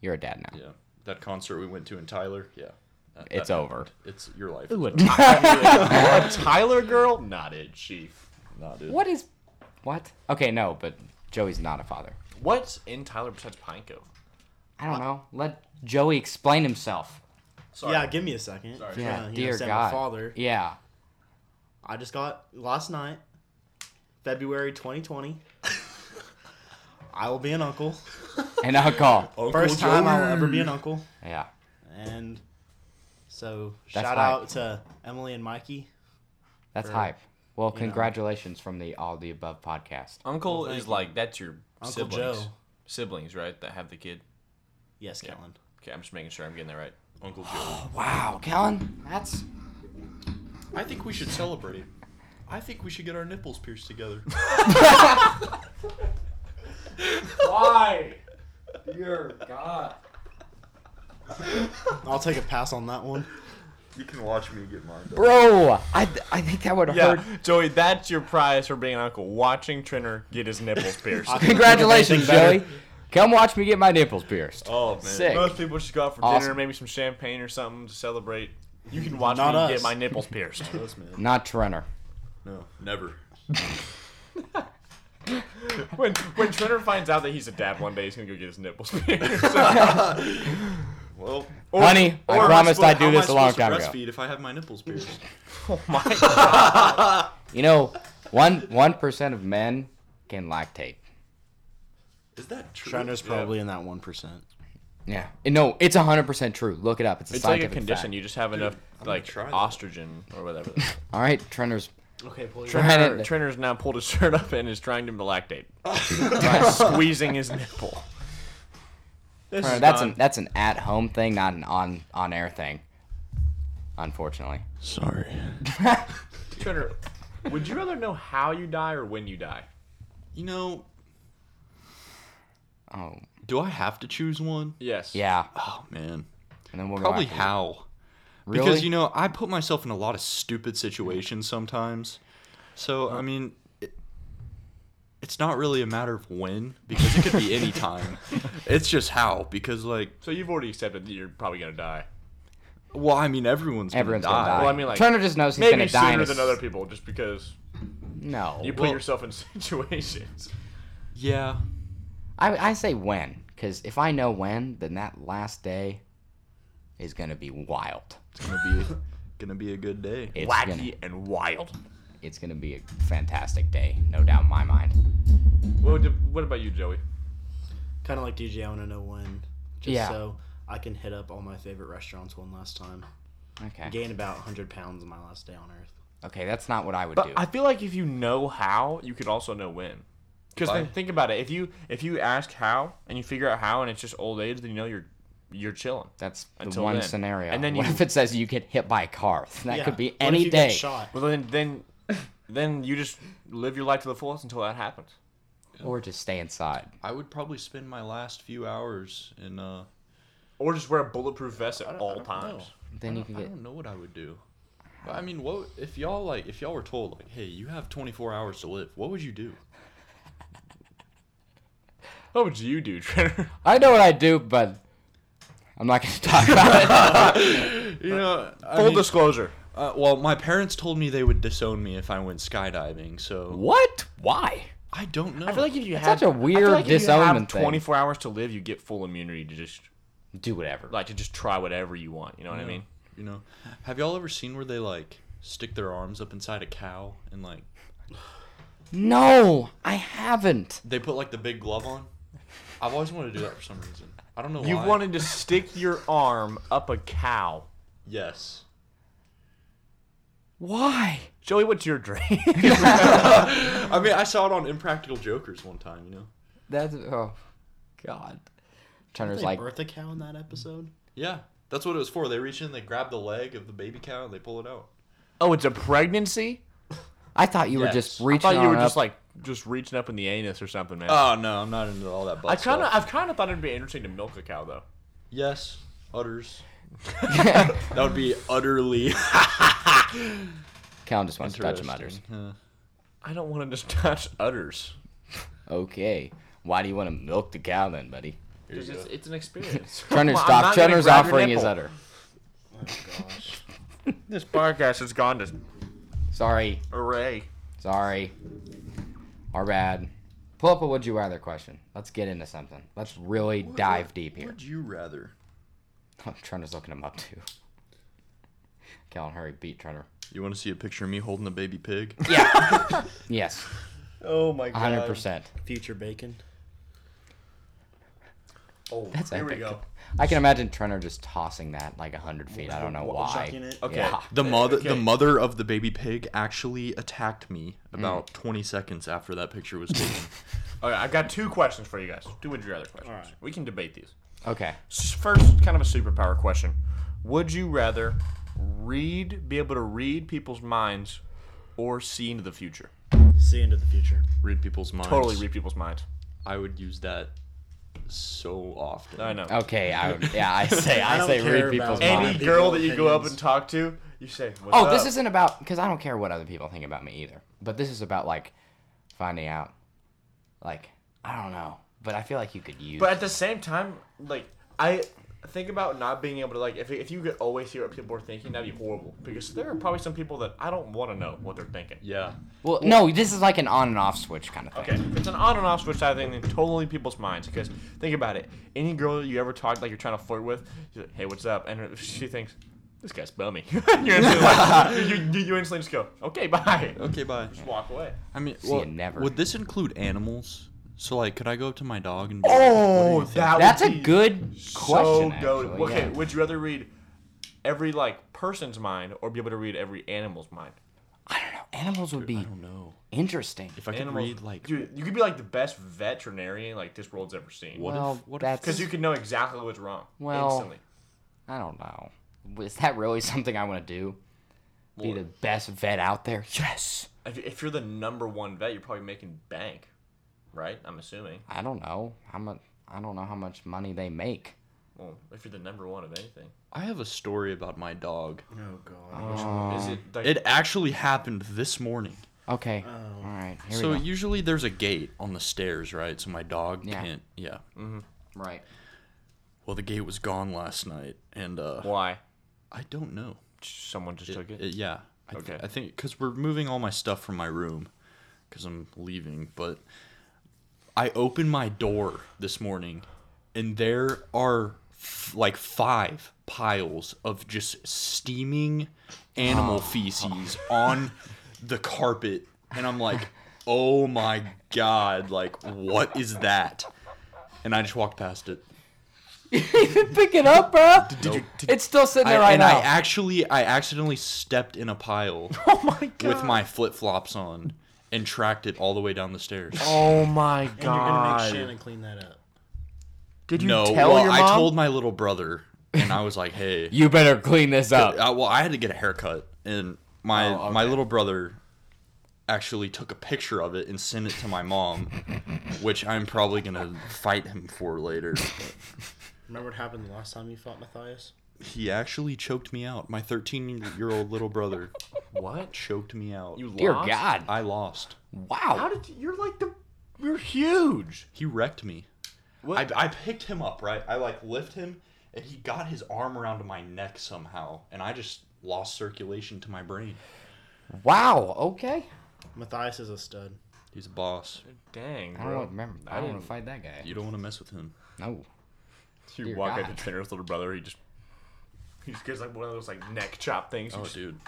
S1: you're a dad now.
S2: Yeah, that concert we went to in Tyler. Yeah, That-
S1: It's
S2: that-
S1: over.
S2: It's your life.
S4: Ooh, a Tyler, a Tyler girl? Not it, Chief.
S2: Nah, dude.
S1: What is what? Okay, no, but Joey's not a father.
S4: What's in Tyler besides Pine Cove?
S1: I don't know. Let Joey explain himself.
S4: Sorry.
S3: Yeah, give me a second.
S4: Sorry.
S1: Yeah,
S3: you
S1: dear
S3: understand,
S1: God.
S3: My father.
S1: Yeah.
S3: I just got last night, February 2020. I will be an uncle.
S1: And I'll call.
S2: Uncle
S3: First time I'll
S2: Joey.
S3: ever be an uncle.
S1: Yeah.
S3: And so
S1: That's
S3: shout
S1: hype.
S3: out to Emily and Mikey.
S1: That's
S3: Or,
S1: hype. Well,
S3: know.
S1: congratulations from the All the Above podcast.
S4: Uncle
S3: Well, thank
S4: is
S3: you.
S4: like that's your
S3: Uncle
S4: siblings.
S3: Joe.
S4: Siblings, right? That have the kid.
S3: Yes, Kellen.
S4: Okay, I'm just making sure I'm getting that right.
S2: Uncle Joey.
S1: Oh, Wow, Kellen, that's
S2: I think we should celebrate. I think we should get our nipples pierced together.
S4: Why? Dear God.
S3: I'll take a pass on that one.
S2: you can watch me get mine. Done.
S1: bro. I, I think that would
S4: Yeah,
S1: hurt.
S4: Joey, that's your prize for being an uncle. Watching Trinner get his nipples pierced.
S3: I-
S1: Congratulations,
S3: Think of anything
S1: Joey. Come watch me get my nipples pierced.
S2: Oh man.
S1: Sick.
S4: Most people just go out for
S1: Awesome.
S4: dinner, maybe some champagne or something to celebrate. You can watch
S3: Not
S4: me
S3: us.
S4: get my nipples pierced.
S2: Yes, man.
S1: Not Trenner.
S2: No, never.
S4: when when Trinner finds out that he's a dad one day, he's gonna go get his nipples pierced.
S2: Well,
S4: Or-
S1: Honey, I
S4: or-
S1: promised I'd do
S2: how am
S1: this
S2: I
S1: a long
S2: supposed
S1: time
S2: to
S1: ago.
S2: breastfeed if I have my nipples pierced?
S4: Oh my God.
S1: You know, one one percent of men can lactate.
S2: Is that true?
S3: Trender's
S2: Yeah.
S3: probably in that 1%.
S1: Yeah. Eh, No, it's hundred percent true. Look it up. It's a
S4: It's like a
S1: scientific
S4: condition.
S1: fact.
S4: You just have enough
S2: I'm gonna
S4: like
S2: try that.
S4: oestrogen or whatever.
S1: All right, Trenner's
S3: Okay, pull your
S1: Tren-
S4: Trinner,
S1: Right.
S4: Trinner's now pulled his shirt up and is trying to lactate by squeezing his nipple. This
S1: Turner,
S4: is
S1: that's
S4: not-
S1: an that's an at home thing, not an on on air thing. Unfortunately,
S2: Sorry.
S4: Turner, would you rather know how you die or when you die?
S2: You know,
S1: oh
S2: do I have to choose one?
S4: Yes.
S1: yeah,
S2: Oh man.
S1: and then we'll
S2: Probably
S1: go
S2: how.
S1: really?
S2: Because you know, I put myself in a lot of stupid situations sometimes. So
S1: Uh-huh.
S2: I mean, it, it's not really a matter of when because it could be any time. It's just how because like,
S4: So you've already accepted that you're probably gonna die.
S2: well, I mean, everyone's gonna
S1: everyone's
S2: die.
S1: gonna die.
S4: Well, I mean, like,
S1: Turner just knows he's
S4: Maybe
S1: gonna
S4: sooner
S1: die. in a
S4: than
S1: s-
S4: other people, just because
S1: No,
S4: you put
S2: Well-
S4: yourself in situations.
S2: Yeah.
S1: I I say when, because if I know when, then that last day is gonna be wild.
S2: It's gonna be gonna be a good day.
S1: It's gonna
S4: Wacky and wild.
S1: it's gonna be a fantastic day, no doubt in my mind.
S4: What, would- what about you, Joey?
S3: Kind of like DJ, I want to know when. Just
S1: Yeah.
S3: so I can hit up all my favorite restaurants one last time.
S1: Okay,
S3: Gain about 100 pounds on my last day on earth.
S1: okay, that's not what I would
S4: But
S1: do.
S4: I feel like if you know how, you could also know when. Because
S2: Why?
S4: then think about it. If you if you ask how and you figure out how and it's just old age, then you know you're you're chilling.
S1: that's the
S4: Until
S1: one
S4: then.
S1: scenario.
S4: And then
S1: what
S4: you-
S1: if it says you get hit by a car? That
S3: Yeah.
S1: could be
S3: What if
S1: any
S3: you
S1: day.
S3: Get shot?
S4: Well then then then you just live your life to the fullest until that happens.
S1: Or just stay inside.
S2: I would probably spend my last few hours in uh
S4: Or just wear a bulletproof vest
S2: I
S4: at
S2: don't- I
S4: all
S2: don't
S4: times.
S1: Then
S2: I
S1: you
S2: don't-
S1: can
S2: I
S1: get.
S2: don't know what I would do. But I mean, what if y'all like if y'all were told like, "Hey, you have 24 hours to live." What would you do?
S4: What would you do, Trevor?
S1: I know what I do, but I'm not going to talk about it.
S2: You know, I
S4: Full
S2: mean,
S4: disclosure.
S2: Uh, well, my parents told me they would disown me if I went skydiving, so
S1: What? Why?
S2: I don't know.
S4: I feel like if you
S1: That's
S4: had
S1: such a
S4: I feel
S1: weird
S4: like if you have
S1: disownment thing.
S4: 24 hours to live, you get full immunity to just
S1: Do whatever.
S4: like to just try whatever you want. You know what I mean?
S2: you know, have y'all ever seen where they like stick their arms up inside a cow and like
S1: No, I haven't.
S2: they put like the big glove on? I've always wanted to do that for some reason. I don't know
S4: You
S2: why.
S4: wanted to stick your arm up a cow.
S2: Yes.
S1: Why?
S4: Joey, what's your dream?
S2: I mean, I saw it on Impractical Jokers one time. You know.
S1: That's oh, God. Turner's
S3: They
S1: like,
S3: Bertha Cow in that episode.
S2: Yeah, that's what it was for. They reach in, they grab the leg of the baby cow, and they pull it out.
S4: oh, it's a pregnancy.
S1: I thought you were just
S2: Yes. I
S1: reaching.
S4: I thought
S1: on
S4: you were
S1: up.
S4: just like just reaching up in the anus or something, man.
S2: Oh no, I'm not into all that. Butt
S4: Uh, I kind of,
S2: stuff.
S4: I've kind of thought it'd be interesting to milk a cow though.
S2: Yes, udders. That would be utterly
S1: Calum just wants to touch
S2: interesting.
S1: him udders.
S2: Huh.
S4: I don't want to just touch udders.
S1: Okay. Why do you want to milk the cow then, buddy?
S2: Here you
S4: It's,
S2: go.
S4: it's an experience.
S1: Turner,
S4: Well, I'm
S1: stop.
S4: not gonna
S1: Turner's
S4: grab your
S1: offering his
S4: nipple.
S1: udder.
S4: This podcast has gone to
S1: Sorry.
S4: array.
S1: Sorry. Our bad. Pull up a would you rather question. Let's get into something. Let's really dive deep here.
S2: Would you rather?
S1: Turner's looking him up too. Calum, hurry, beat Turner.
S2: You want to see a picture of me holding a baby pig?
S1: Yes,
S4: Oh my god.
S1: 100%.
S3: Future Bacon.
S4: Oh,
S1: That's
S4: here we
S1: epic.
S4: go.
S1: I can imagine Turner just tossing that like 100 feet. I don't know
S3: Chucking
S1: why.
S3: it.
S4: Okay.
S1: Yeah.
S2: The mother, the
S4: Eh, okay.
S2: mother of the baby pig, actually attacked me
S4: Mm.
S2: about 20 seconds after that picture was taken.
S4: All right, I've got two questions for you guys. Two would you rather questions.
S3: All right.
S4: We can debate these.
S1: Okay.
S4: S- First, kind of a superpower question. Would you rather read, be able to read people's minds, or see into the future?
S3: See into the future.
S2: read people's minds.
S4: Totally read people's minds.
S2: I would use that so often.
S4: I know.
S1: Okay. I, would- yeah, I say I,
S3: don't
S1: say
S3: care
S1: read people's
S3: about Any
S1: minds.
S4: Any
S3: Mind
S4: girl
S3: people
S4: that you go up
S3: opinions.
S4: and talk to, you say, What's
S1: Oh, this
S4: up?"
S1: isn't about because I don't care what other people think about me either. But this is about like finding out. Like I don't know, but I feel like you could use.
S4: But at the same time, like I think about not being able to like if if you could always hear what people are thinking, that'd be horrible because there are probably some people that I don't want to know what they're thinking.
S2: Yeah.
S1: well, no, this is like an on and off switch kind of thing.
S4: Okay, if it's an on and off switch type thing, then totally people's minds. Because think about it, any girl you ever talk like you're trying to flirt with, you're like, hey, what's up? And if she thinks this guy's bummy. you instantly like, you, you, you instantly just go, okay, bye.
S2: Okay, bye.
S4: Just walk away.
S2: I mean,
S1: you
S2: well,
S1: never.
S2: would this include animals? So, like, could I go up to my dog and be like,
S4: Oh,
S2: what do you
S4: that
S1: That's a
S4: would be
S1: good question.
S4: goated.
S1: actually,
S4: Okay,
S1: yeah.
S4: would you rather read every like person's mind or be able to read every animal's mind?
S1: Animals would be
S2: think? No.
S1: interesting.
S2: If I could
S4: Animals-
S2: read, like,
S4: dude, you could be like the best veterinarian like this world's ever seen.
S2: What
S1: well,
S2: if- what if-
S1: that's
S4: Because you can know exactly what's wrong
S1: Well,
S4: instantly.
S1: I don't know. Is that really something I want to do? Be the best vet out there? Yes.
S4: If, if you're the number one vet, you're probably making bank, right? I'm assuming.
S1: I don't know how much. I don't know how much money they make.
S4: Well, if you're the number one of anything,
S2: I have a story about my dog.
S3: Oh god.
S4: is Um, it like
S2: It actually happened this morning.
S1: Okay.
S4: Um,
S1: All right. Here
S2: So
S1: we go.
S2: usually there's a gate on the stairs, right? So my dog
S1: Yeah.
S2: can't. Yeah.
S1: right.
S2: Well, the gate was gone last night, and uh,
S4: why?
S2: I don't know.
S4: Someone just took it.
S2: It- yeah. I th-
S4: Okay.
S2: I think because we're moving all my stuff from my room, because I'm leaving. But I opened my door this morning, and there are f- like five piles of just steaming animal feces on the carpet, and I'm like, oh my god, like what is that? And I just walked past it.
S1: Pick it up, bro.
S2: Did you?
S1: It's still sitting
S2: I,
S1: there right
S2: and
S1: now.
S2: I actually, I accidentally stepped in a pile
S4: Oh my god.
S2: with my flip flops on and tracked it all the way down the stairs.
S4: Oh my
S3: And you're gonna
S4: god.
S3: make Shannon clean that up.
S4: Did you
S2: no,
S4: tell
S2: well,
S4: your
S2: I
S4: mom?
S2: told my little brother, and I was like, "Hey,
S1: you better clean this up.
S4: uh,
S2: I, well, I had to get a haircut, and my
S1: Oh, okay.
S2: my little brother actually took a picture of it and sent it to my mom, which I'm probably gonna fight him for later." but
S3: Remember what happened the last time you fought Matthias?
S2: he actually choked me out. My 13 year old little brother
S4: what?
S2: choked me out.
S4: You
S1: Dear
S4: lost?
S1: God.
S2: I lost.
S4: Uh, How
S1: Wow.
S4: did you, you're like the you're huge.
S2: He wrecked me.
S4: What?
S2: I, I picked him up, right? I like lift him, and he got his arm around my neck somehow, and I just lost circulation to my brain.
S1: Wow. Okay.
S3: Matthias is a stud.
S2: He's a boss.
S4: Dang,
S1: I don't
S4: bro.
S1: want to remember. I,
S4: I
S1: don't want
S4: didn't-
S1: to fight that guy.
S2: You don't want to mess with him.
S1: No.
S4: You
S1: Dear
S4: walk
S1: God.
S4: out to Tanner's little brother, he just he just gives like one of those like neck chop things. You,
S2: Oh,
S4: just,
S2: dude,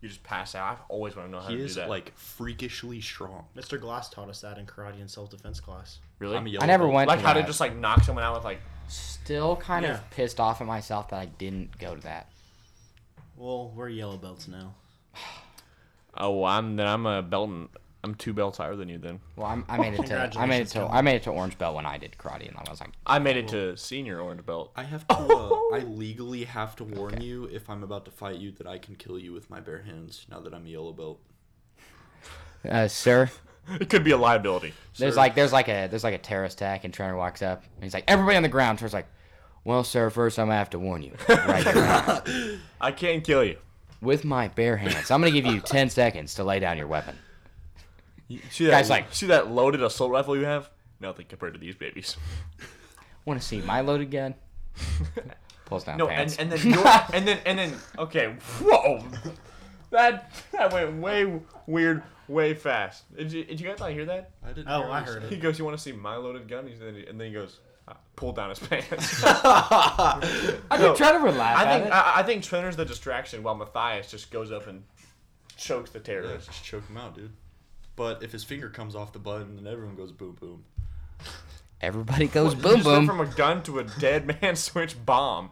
S4: you just pass out. I've always want to know how
S2: he
S4: to
S2: is
S4: do that.
S2: like freakishly strong.
S3: Mr. Glass taught us that in karate and self defense class.
S4: really,
S2: I'm a
S4: like
S2: yellow
S1: I never
S2: belt.
S1: went.
S4: how to
S1: that.
S4: just like knock someone out with like
S1: Still kind
S3: Yeah.
S1: of pissed off at myself that I didn't go to that.
S3: Well, we're yellow belts now.
S4: oh I'm then I'm a belt and I'm two belts higher than you then.
S1: Well, I'm, I made it to I made it
S3: Congratulations,
S1: to I made it to orange belt when I did karate, and I was like,
S4: I made it to senior orange belt.
S2: I have to. Uh, I legally have to warn you if I'm about to fight you that I can kill you with my bare hands. Now that I'm a yellow belt.
S1: uh, "Sir,
S4: It could be a liability.
S1: there's
S2: Sir.
S1: like there's like a there's like a terrorist attack, and Trainer walks up, and he's like, everybody on the ground. Trainer's like, well, sir, first I'm gonna have to warn you, right here,
S4: I can't kill you.
S1: with my bare hands. I'm gonna give you ten seconds to lay down your weapon.
S4: You see that?
S1: Guys, like-
S4: see that loaded assault rifle you have? Nothing compared to these babies.
S1: Want to see my loaded gun? Pulls down
S4: No,
S1: pants.
S4: and, and then your, and then and then okay, whoa, that that went way weird, way fast. Did you, did you guys not hear that?
S2: I didn't.
S3: Oh,
S2: hear
S3: I
S2: what you
S3: heard
S2: said.
S4: He goes, "You want to see my loaded gun?" He's, and, he, and then he goes, uh, "Pull down his pants."
S1: I'm
S4: no,
S1: trying to relax.
S4: I think
S1: it.
S4: I, I think Trenner's the distraction, while Matthias just goes up and chokes the
S2: Yeah,
S4: terrorist.
S2: just choke him out, dude. But if his finger comes off the button, then everyone goes boom boom.
S1: everybody goes
S4: You
S1: boom
S4: just went
S1: boom.
S4: From a gun to a dead man switch bomb.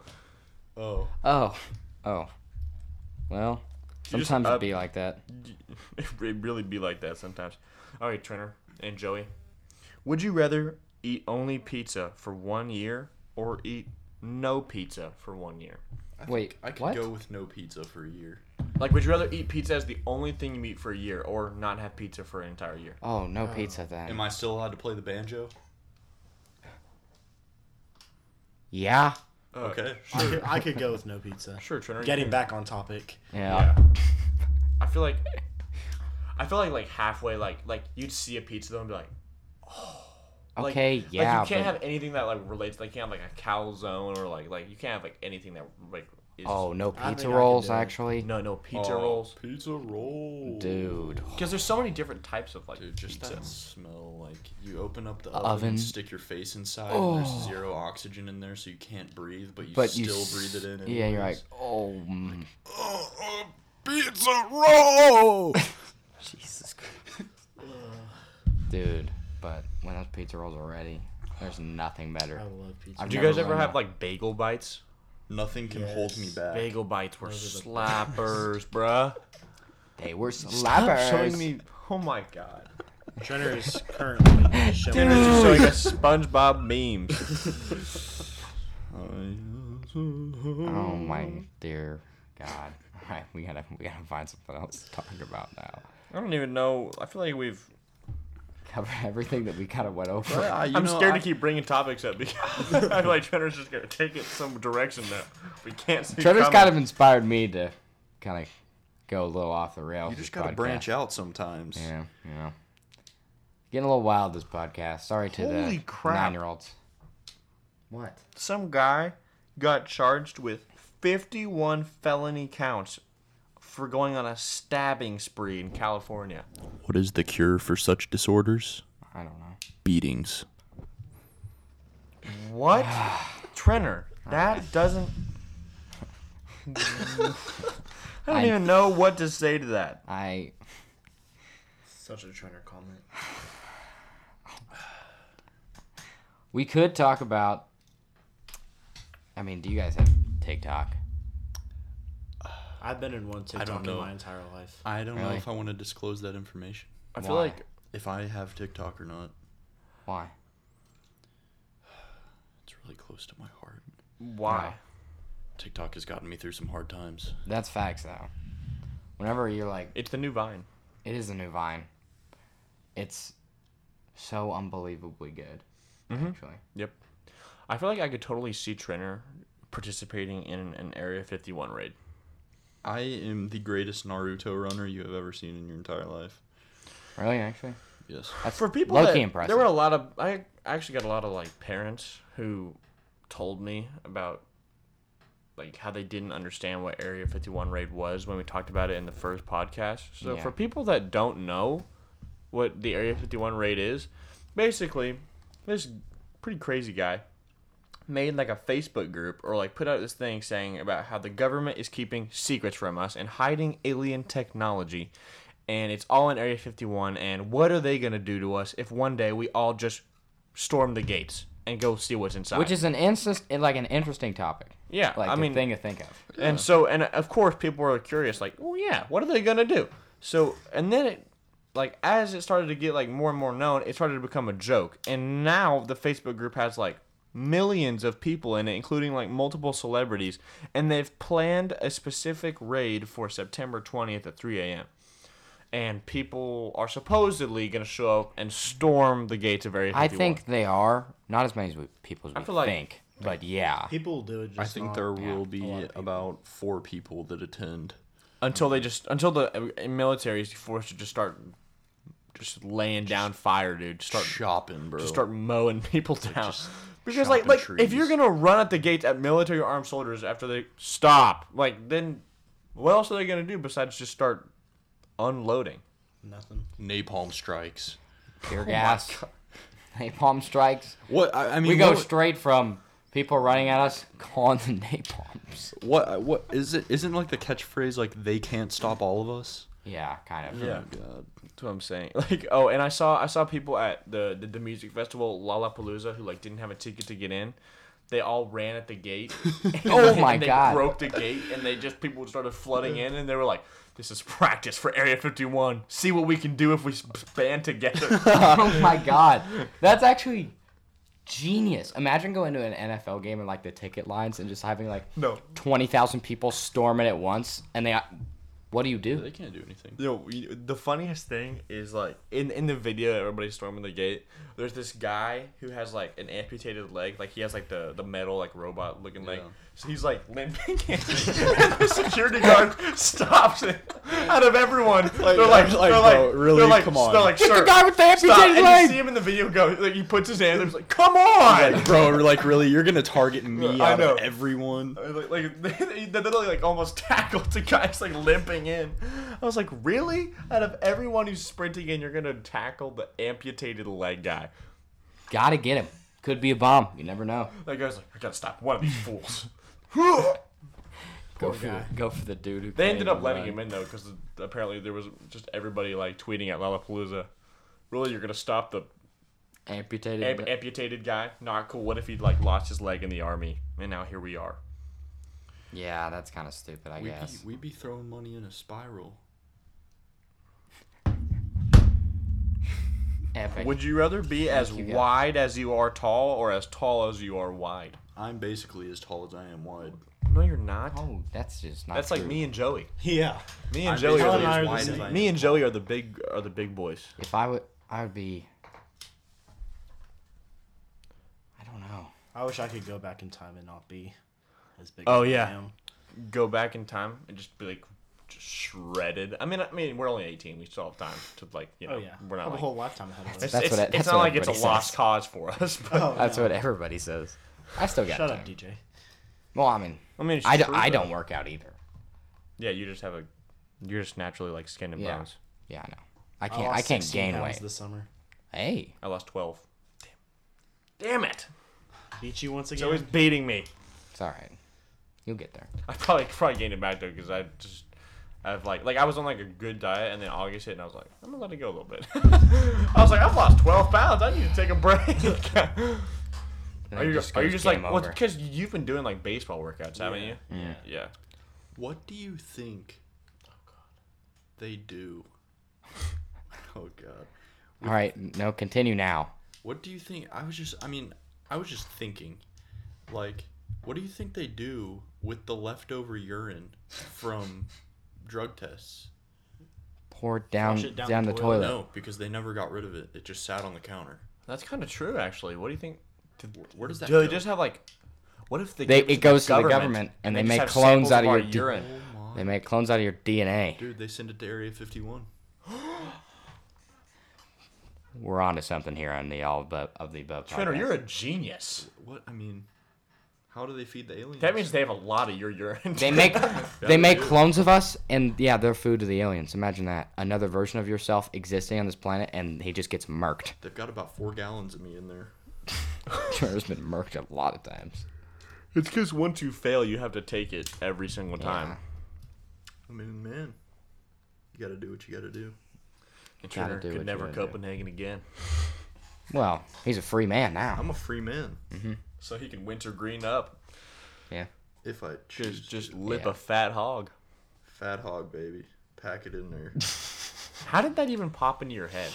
S2: Oh,
S1: oh, oh, well,
S4: You just uh,
S1: sometimes
S4: up-
S1: it'd be like that.
S4: It would really be like that sometimes. All right, Trenner and Joey. Would you rather eat only pizza for one year or eat no pizza for one year?
S2: I
S1: Wait,
S2: think I could
S1: what?
S2: go with no pizza for a year.
S4: Like, would you rather eat pizza as the only thing you eat for a year or not have pizza for an entire year?
S1: Oh, no pizza then.
S2: Am I still allowed to play the banjo?
S1: yeah.
S2: Okay,
S3: I
S2: Uh, sure.
S3: could, I could go with no pizza.
S4: Sure, Trenner. you
S3: Getting
S4: can-
S3: back on topic.
S1: Yeah.
S4: Yeah. I feel like. I feel like like halfway like like you'd see a pizza though and be like oh. like-
S1: Okay,
S4: like,
S1: yeah.
S4: you can't
S1: but-
S4: have anything that like relates like you can't have like a calzone or like like you can't have like anything that like is
S1: oh, no
S3: I think
S1: pizza
S3: I could
S1: rolls,
S3: do it.
S1: actually.
S4: no no pizza
S2: Oh,
S4: rolls
S2: Pizza roll.
S1: Dude.
S4: Because there's so many different types of like
S2: Dude, just
S4: pizza.
S2: that smell. Like you open up the oven,
S1: oven. Oh.
S2: and stick your face inside. And there's zero oxygen in there, so you can't breathe, but you
S1: But you
S2: still
S1: s-
S2: breathe it in.
S1: Yeah, you're like,
S2: anyways.
S1: oh, mm,
S2: Oh, oh, pizza roll.
S1: Jesus Christ. Dude, but when those pizza rolls are ready, there's nothing better.
S3: I
S2: Oh.
S3: love pizza.
S1: I've
S4: Do you
S1: never
S4: guys ever
S1: run
S4: have
S1: out.
S4: like bagel bites?
S2: Nothing can hold me
S3: Yes.
S2: back.
S4: Bagel bites were
S3: Those are the
S4: slappers, bruh.
S1: They were slappers.
S4: Stop showing me. Oh my god.
S3: Trenner is currently showing
S4: Tanner's just showing us SpongeBob memes.
S1: Oh my
S2: Mm.
S1: dear God. All right, we gotta we gotta find something else to talk about now.
S4: I don't even know. I feel like we've.
S1: Cover everything that we kind of went over.
S2: Ah, you
S4: I'm
S2: know,
S4: scared
S2: I-
S4: to keep bringing topics up because I feel like Trenner's just gonna take it some direction that we can't see.
S1: Trevor's
S4: coming.
S1: kind of inspired me to kind of go a little off the rails.
S2: You just gotta branch out sometimes.
S1: Yeah, you know. Getting a little wild this podcast. Sorry to
S4: Holy
S1: the
S4: crap.
S1: nine year olds. What?
S4: some guy got charged with 51 felony counts for going on a stabbing spree in California.
S2: What is the cure for such disorders?
S1: I don't know.
S2: Beatings.
S4: What? Trenner, that doesn't. I don't
S1: I-
S4: even know what to say to that.
S1: I
S3: Such a Trenner comment.
S1: we could talk about I mean, do you guys have TikTok?
S3: I've been in one
S2: don't
S3: TikTok in
S2: know.
S3: my entire life.
S2: I don't know
S1: Really?
S2: if I want to disclose that information.
S4: I feel
S1: Why?
S4: like
S2: If I have TikTok or not,
S1: Why?
S2: it's really close to my heart.
S4: why?
S2: TikTok has gotten me through some hard times.
S1: That's facts though. Whenever you're like
S4: It's the new Vine.
S1: it is a new vine. It's so unbelievably good.
S4: Mm-hmm.
S1: Actually.
S4: Yep. I feel like I could totally see Trenner participating in an Area 51 raid.
S2: I am the greatest Naruto runner you have ever seen in your entire life.
S1: Really, actually?
S2: Yes.
S4: for people
S1: low-key
S4: that,
S1: impressive.
S4: there were a lot of i actually got a lot of like parents who told me about like how they didn't understand what Area 51 raid was when we talked about it in the first podcast. So
S1: Yeah.
S4: for people that don't know what the Area 51 raid is, basically this pretty crazy guy made like a Facebook group or like put out this thing saying about how the government is keeping secrets from us and hiding alien technology. And it's all in Area 51. And what are they going to do to us if one day we all just storm the gates and go see what's inside?
S1: Which is an insist, like an interesting topic.
S4: Yeah,
S1: like
S4: I
S1: a
S4: mean-
S1: thing to think of.
S4: And so, and uh, of course, people are curious, like, well, yeah, what are they gonna do? So, and then it, like, as it started to get like more and more known, it started to become a joke. And now the Facebook group has like millions of people in it, including like multiple celebrities, and they've planned a specific raid for September 20th at 3 a.m. And people are supposedly gonna show up and storm the gates of Area 51.
S1: I think they are not as many as we, people as we
S4: I feel like-
S1: think, but yeah,
S3: People do it. Just
S2: I think
S3: not-
S2: there
S1: yeah, a
S2: will
S1: lot
S2: be
S1: of people.
S2: about four people that attend.
S4: until they just until the uh, military is forced to just start just laying down fire, dude. Just Start
S2: shopping, bro.
S4: just start mowing people down.
S2: just
S4: Because like
S2: chopping
S4: like if you're
S2: trees.
S4: gonna run at the gates at military armed soldiers after they stop, like then what else are they gonna do besides just start unloading?
S3: Nothing.
S2: napalm strikes.
S4: Oh
S1: tear gas, napalm strikes.
S2: What I, I mean,
S1: We go
S2: what,
S1: straight from people running at us calling the napalms.
S2: what uh, what is it? Isn't like the catchphrase like they can't stop all of us?
S1: Yeah, kind of.
S4: Yeah.
S2: Oh, God.
S4: That's what I'm saying. Like, oh, and I saw I saw people at the the, the music festival Lollapalooza who like didn't have a ticket to get in. They all ran at the gate.
S1: Oh
S4: And
S1: my
S4: they
S1: God.
S4: Broke the gate and they just people started flooding in and they were like, "This is practice for Area 51. See what we can do if we s- band together."
S1: oh my god, that's actually genius. Imagine going to an NFL game and like the ticket lines and just having like
S4: No.
S1: twenty thousand people storming at once, and they. What do you do?
S2: They can't do anything.
S4: Yo, we- the funniest thing is like in in the video, everybody's storming the gate. There's this guy who has like an amputated leg, like he has like the the metal like robot looking leg.
S2: Yeah.
S4: So he's like limping, in. and the security guard stops it. Out of everyone, they're like,
S2: like,
S4: they're like,
S2: bro, really?
S4: they're like,
S2: Come on.
S4: they're like,
S1: It's
S4: sir,
S1: the guy with the
S4: stop.
S1: amputated
S4: And you see
S1: leg.
S4: him in the video go, like he puts his hand, up, he's like, come on.
S2: Like, bro, like really, you're gonna target me
S4: I
S2: out
S4: know.
S2: of everyone?
S4: Like, like they, they literally like almost tackled the guys like limping in. I was like, really? Out of everyone who's sprinting in, you're gonna tackle the amputated leg guy.
S1: Gotta get him. Could be a bomb. You never know.
S4: That guy's like, I gotta stop one of these fools.
S1: Go for the, go for the dude. Who uh,
S4: They ended up letting him in though, because apparently there was just everybody like tweeting at Lollapalooza. Really, you're gonna stop the
S1: amputated.
S4: amp- amputated guy? Not cool. What if he like lost his leg in the army, and now here we are.
S1: yeah, that's kind of stupid. I
S2: We'd
S1: guess.
S2: be, we'd be throwing money in a spiral.
S1: Epic.
S4: Would you rather be as
S1: you, guys.
S4: wide as you are tall, or as tall as you are wide?
S2: I'm basically as tall as I am wide.
S4: No, you're not.
S1: oh, that's just not.
S4: That's like me and Joey.
S3: Yeah.
S4: Me and
S2: I'm
S4: Joey.
S3: Helen
S4: Are
S3: and I
S4: the,
S2: basically
S3: are the
S2: as
S3: same.
S2: wide as I
S4: me
S2: am.
S4: and Joey are the big are the big boys.
S1: If I would, I would be. I don't know.
S3: I wish I could go back in time and not be as big.
S4: Oh,
S3: as
S4: yeah.
S3: I am.
S4: Go back in time and just be like just shredded. I mean, I mean, we're only 18. We still have time to like, you know,
S3: Oh yeah.
S4: we're
S3: I have
S4: not
S3: a
S4: like.
S3: whole lifetime ahead of
S4: it's,
S3: us.
S1: That's
S4: it's,
S1: what I-
S4: it's
S1: that's
S4: not
S1: what
S4: like it's a
S1: everybody
S4: lost
S1: says.
S4: cause for us. But
S3: Oh,
S1: That's
S3: yeah.
S1: what everybody says. I still got
S3: Shut
S1: time.
S3: up, DJ.
S1: Well, I mean,
S4: I mean, it's
S1: I, do,
S4: true,
S1: I
S4: though.
S1: don't work out either.
S4: Yeah, you just have a, you're just naturally like skin and
S1: Yeah.
S4: bones.
S1: Yeah, I know. I
S3: I
S1: can't. I,
S3: lost
S1: can't
S3: 16
S1: gain
S3: pounds
S1: weight.
S3: this summer.
S1: Hey,
S4: I lost 12. Damn. Damn it!
S3: Beat you once
S4: It's
S3: again.
S4: always beating me.
S1: it's all right. You'll get there.
S4: I probably probably gained it back though because I just I've like like I was on like a good diet and then August hit and I was like I'm gonna let it go a little bit. I was like I've lost 12 pounds. I need to take a break.
S1: And
S4: are
S1: it
S4: you just, are you
S1: goes
S4: just like
S1: game
S4: well
S1: over.
S4: because you've been doing like baseball workouts haven't
S2: Yeah.
S4: you? Yeah. Yeah.
S2: What do you think
S4: Oh,
S2: they do? oh God.
S1: all right? No, continue now.
S2: What do you think? I was just, I mean, I was just thinking, like, what do you think they do with the leftover urine from drug tests?
S1: Pour it down
S3: Flush it
S1: down,
S3: down
S1: the,
S3: the
S1: toilet.
S2: No, because they never got rid of it. It just sat on the counter.
S4: That's kind of true actually. What do you think?
S2: Wh- Where does that
S4: Do they
S2: go?
S4: just have like what if they
S1: They,
S4: give
S1: it goes to the government, and, they
S4: just
S1: make
S4: have
S1: clones
S4: samples
S1: out of
S4: our
S1: your d-
S4: urine?
S2: Oh my.
S1: They make clones out of your DNA.
S2: Dude, they send it to Area 51.
S1: We're onto something here on the all above, of the above.
S4: Trainer,
S1: podcast.
S4: you're a genius.
S2: What? I mean, How do they feed the aliens?
S4: That means they have a lot of your urine.
S1: They make
S2: they
S1: they make
S2: do.
S1: clones of us, and yeah, they're food to the aliens. Imagine that another version of yourself existing on this planet, and he just gets murked.
S2: They've got about four gallons of me in there.
S1: Trevor's been murked a lot of times.
S4: It's because once you fail, you have to take it every single time.
S1: Yeah.
S2: I mean, man, you gotta do what you gotta do.
S4: And
S1: Gotta
S4: Trevor
S1: do what
S4: could
S1: you
S4: never
S1: gotta do.
S4: Copenhagen again.
S1: Well, he's a free man now.
S2: I'm a free man
S4: So he can winter green up.
S1: Yeah.
S2: if I choose.
S4: Just, just lip
S1: Yeah.
S4: a fat hog.
S2: fat hog, baby. Pack it in there.
S4: How did that even pop into your head?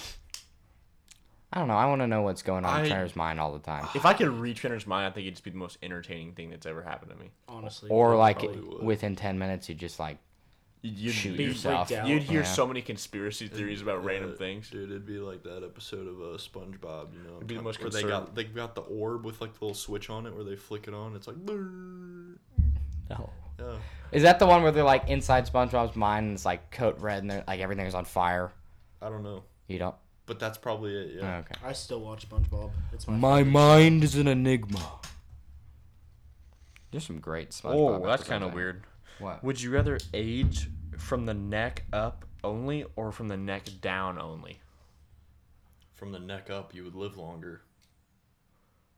S1: I don't know. I want to know what's going on
S2: I-
S1: in Trevor's mind all the time.
S4: If I could read Trevor's mind, I think it'd just be the most entertaining thing that's ever happened to me.
S3: Honestly.
S1: Or like
S2: probably would.
S1: within ten minutes, you just like
S4: You'd, you'd-
S1: shoot
S4: you'd-
S1: yourself.
S3: freaked out.
S4: You'd hear
S1: Yeah.
S4: so many conspiracy theories about random
S2: Uh,
S4: things.
S2: dude. It'd be like that episode of uh, SpongeBob, you know,
S4: be the
S2: kind-
S4: most
S2: where they got they got the orb with like the little switch on it, where they flick it on. It's like, "Brrr."
S1: No.
S2: yeah.
S1: Oh. Is that the one where they're like inside SpongeBob's mind and it's like coat red and they're like everything's on fire?
S2: I don't know,
S1: You don't. Oh,
S2: but that's probably it. Yeah.
S1: Okay.
S3: I still watch SpongeBob. It's my.
S1: My mind is an enigma. There's some great SpongeBob.
S4: Oh, that's
S1: episodes
S4: kind
S1: out
S4: of
S1: there.
S4: weird.
S1: What?
S4: Would you rather age from the neck up only or from the neck down only?
S2: From the neck up, you would live longer.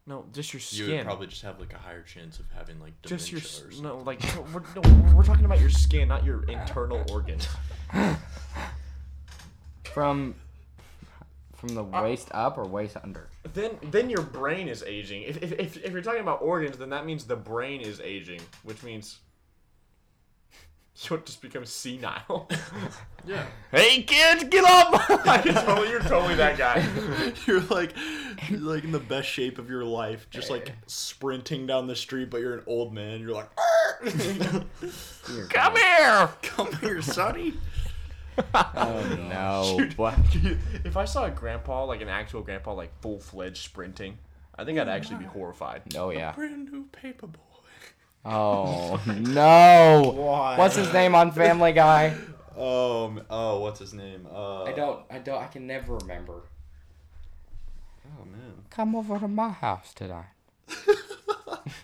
S4: No, just your
S2: You
S4: skin.
S2: would probably just have like a higher chance of having like dementia
S4: just your s-
S2: or something.
S4: no, like no, we're, no, we're talking about your skin, not your internal organs.
S1: From from the
S4: Ah.
S1: waist up or waist under?
S4: Then, then your brain is aging. If, if, if, if you're talking about organs, then that means the brain is aging, which means you'll just become senile.
S2: Yeah.
S4: hey kids, get up! Like, it's totally, you're totally that guy.
S2: You're like, you're like in the best shape of your life, just like sprinting down the street, but you're an old man. You're like, "Arr!"
S4: Come here!
S2: come here, sonny.
S1: No. Oh, What?
S4: If I saw a grandpa, like an actual grandpa, like full fledged sprinting, I think I'd actually be horrified.
S1: Oh yeah.
S2: Brand new paper boy.
S1: Oh no.
S3: Why?
S1: What's his name on Family Guy?
S2: Um. Oh, what's his name? Uh,
S1: I don't. I don't. I can never remember.
S2: Oh man.
S1: Come over to my house tonight.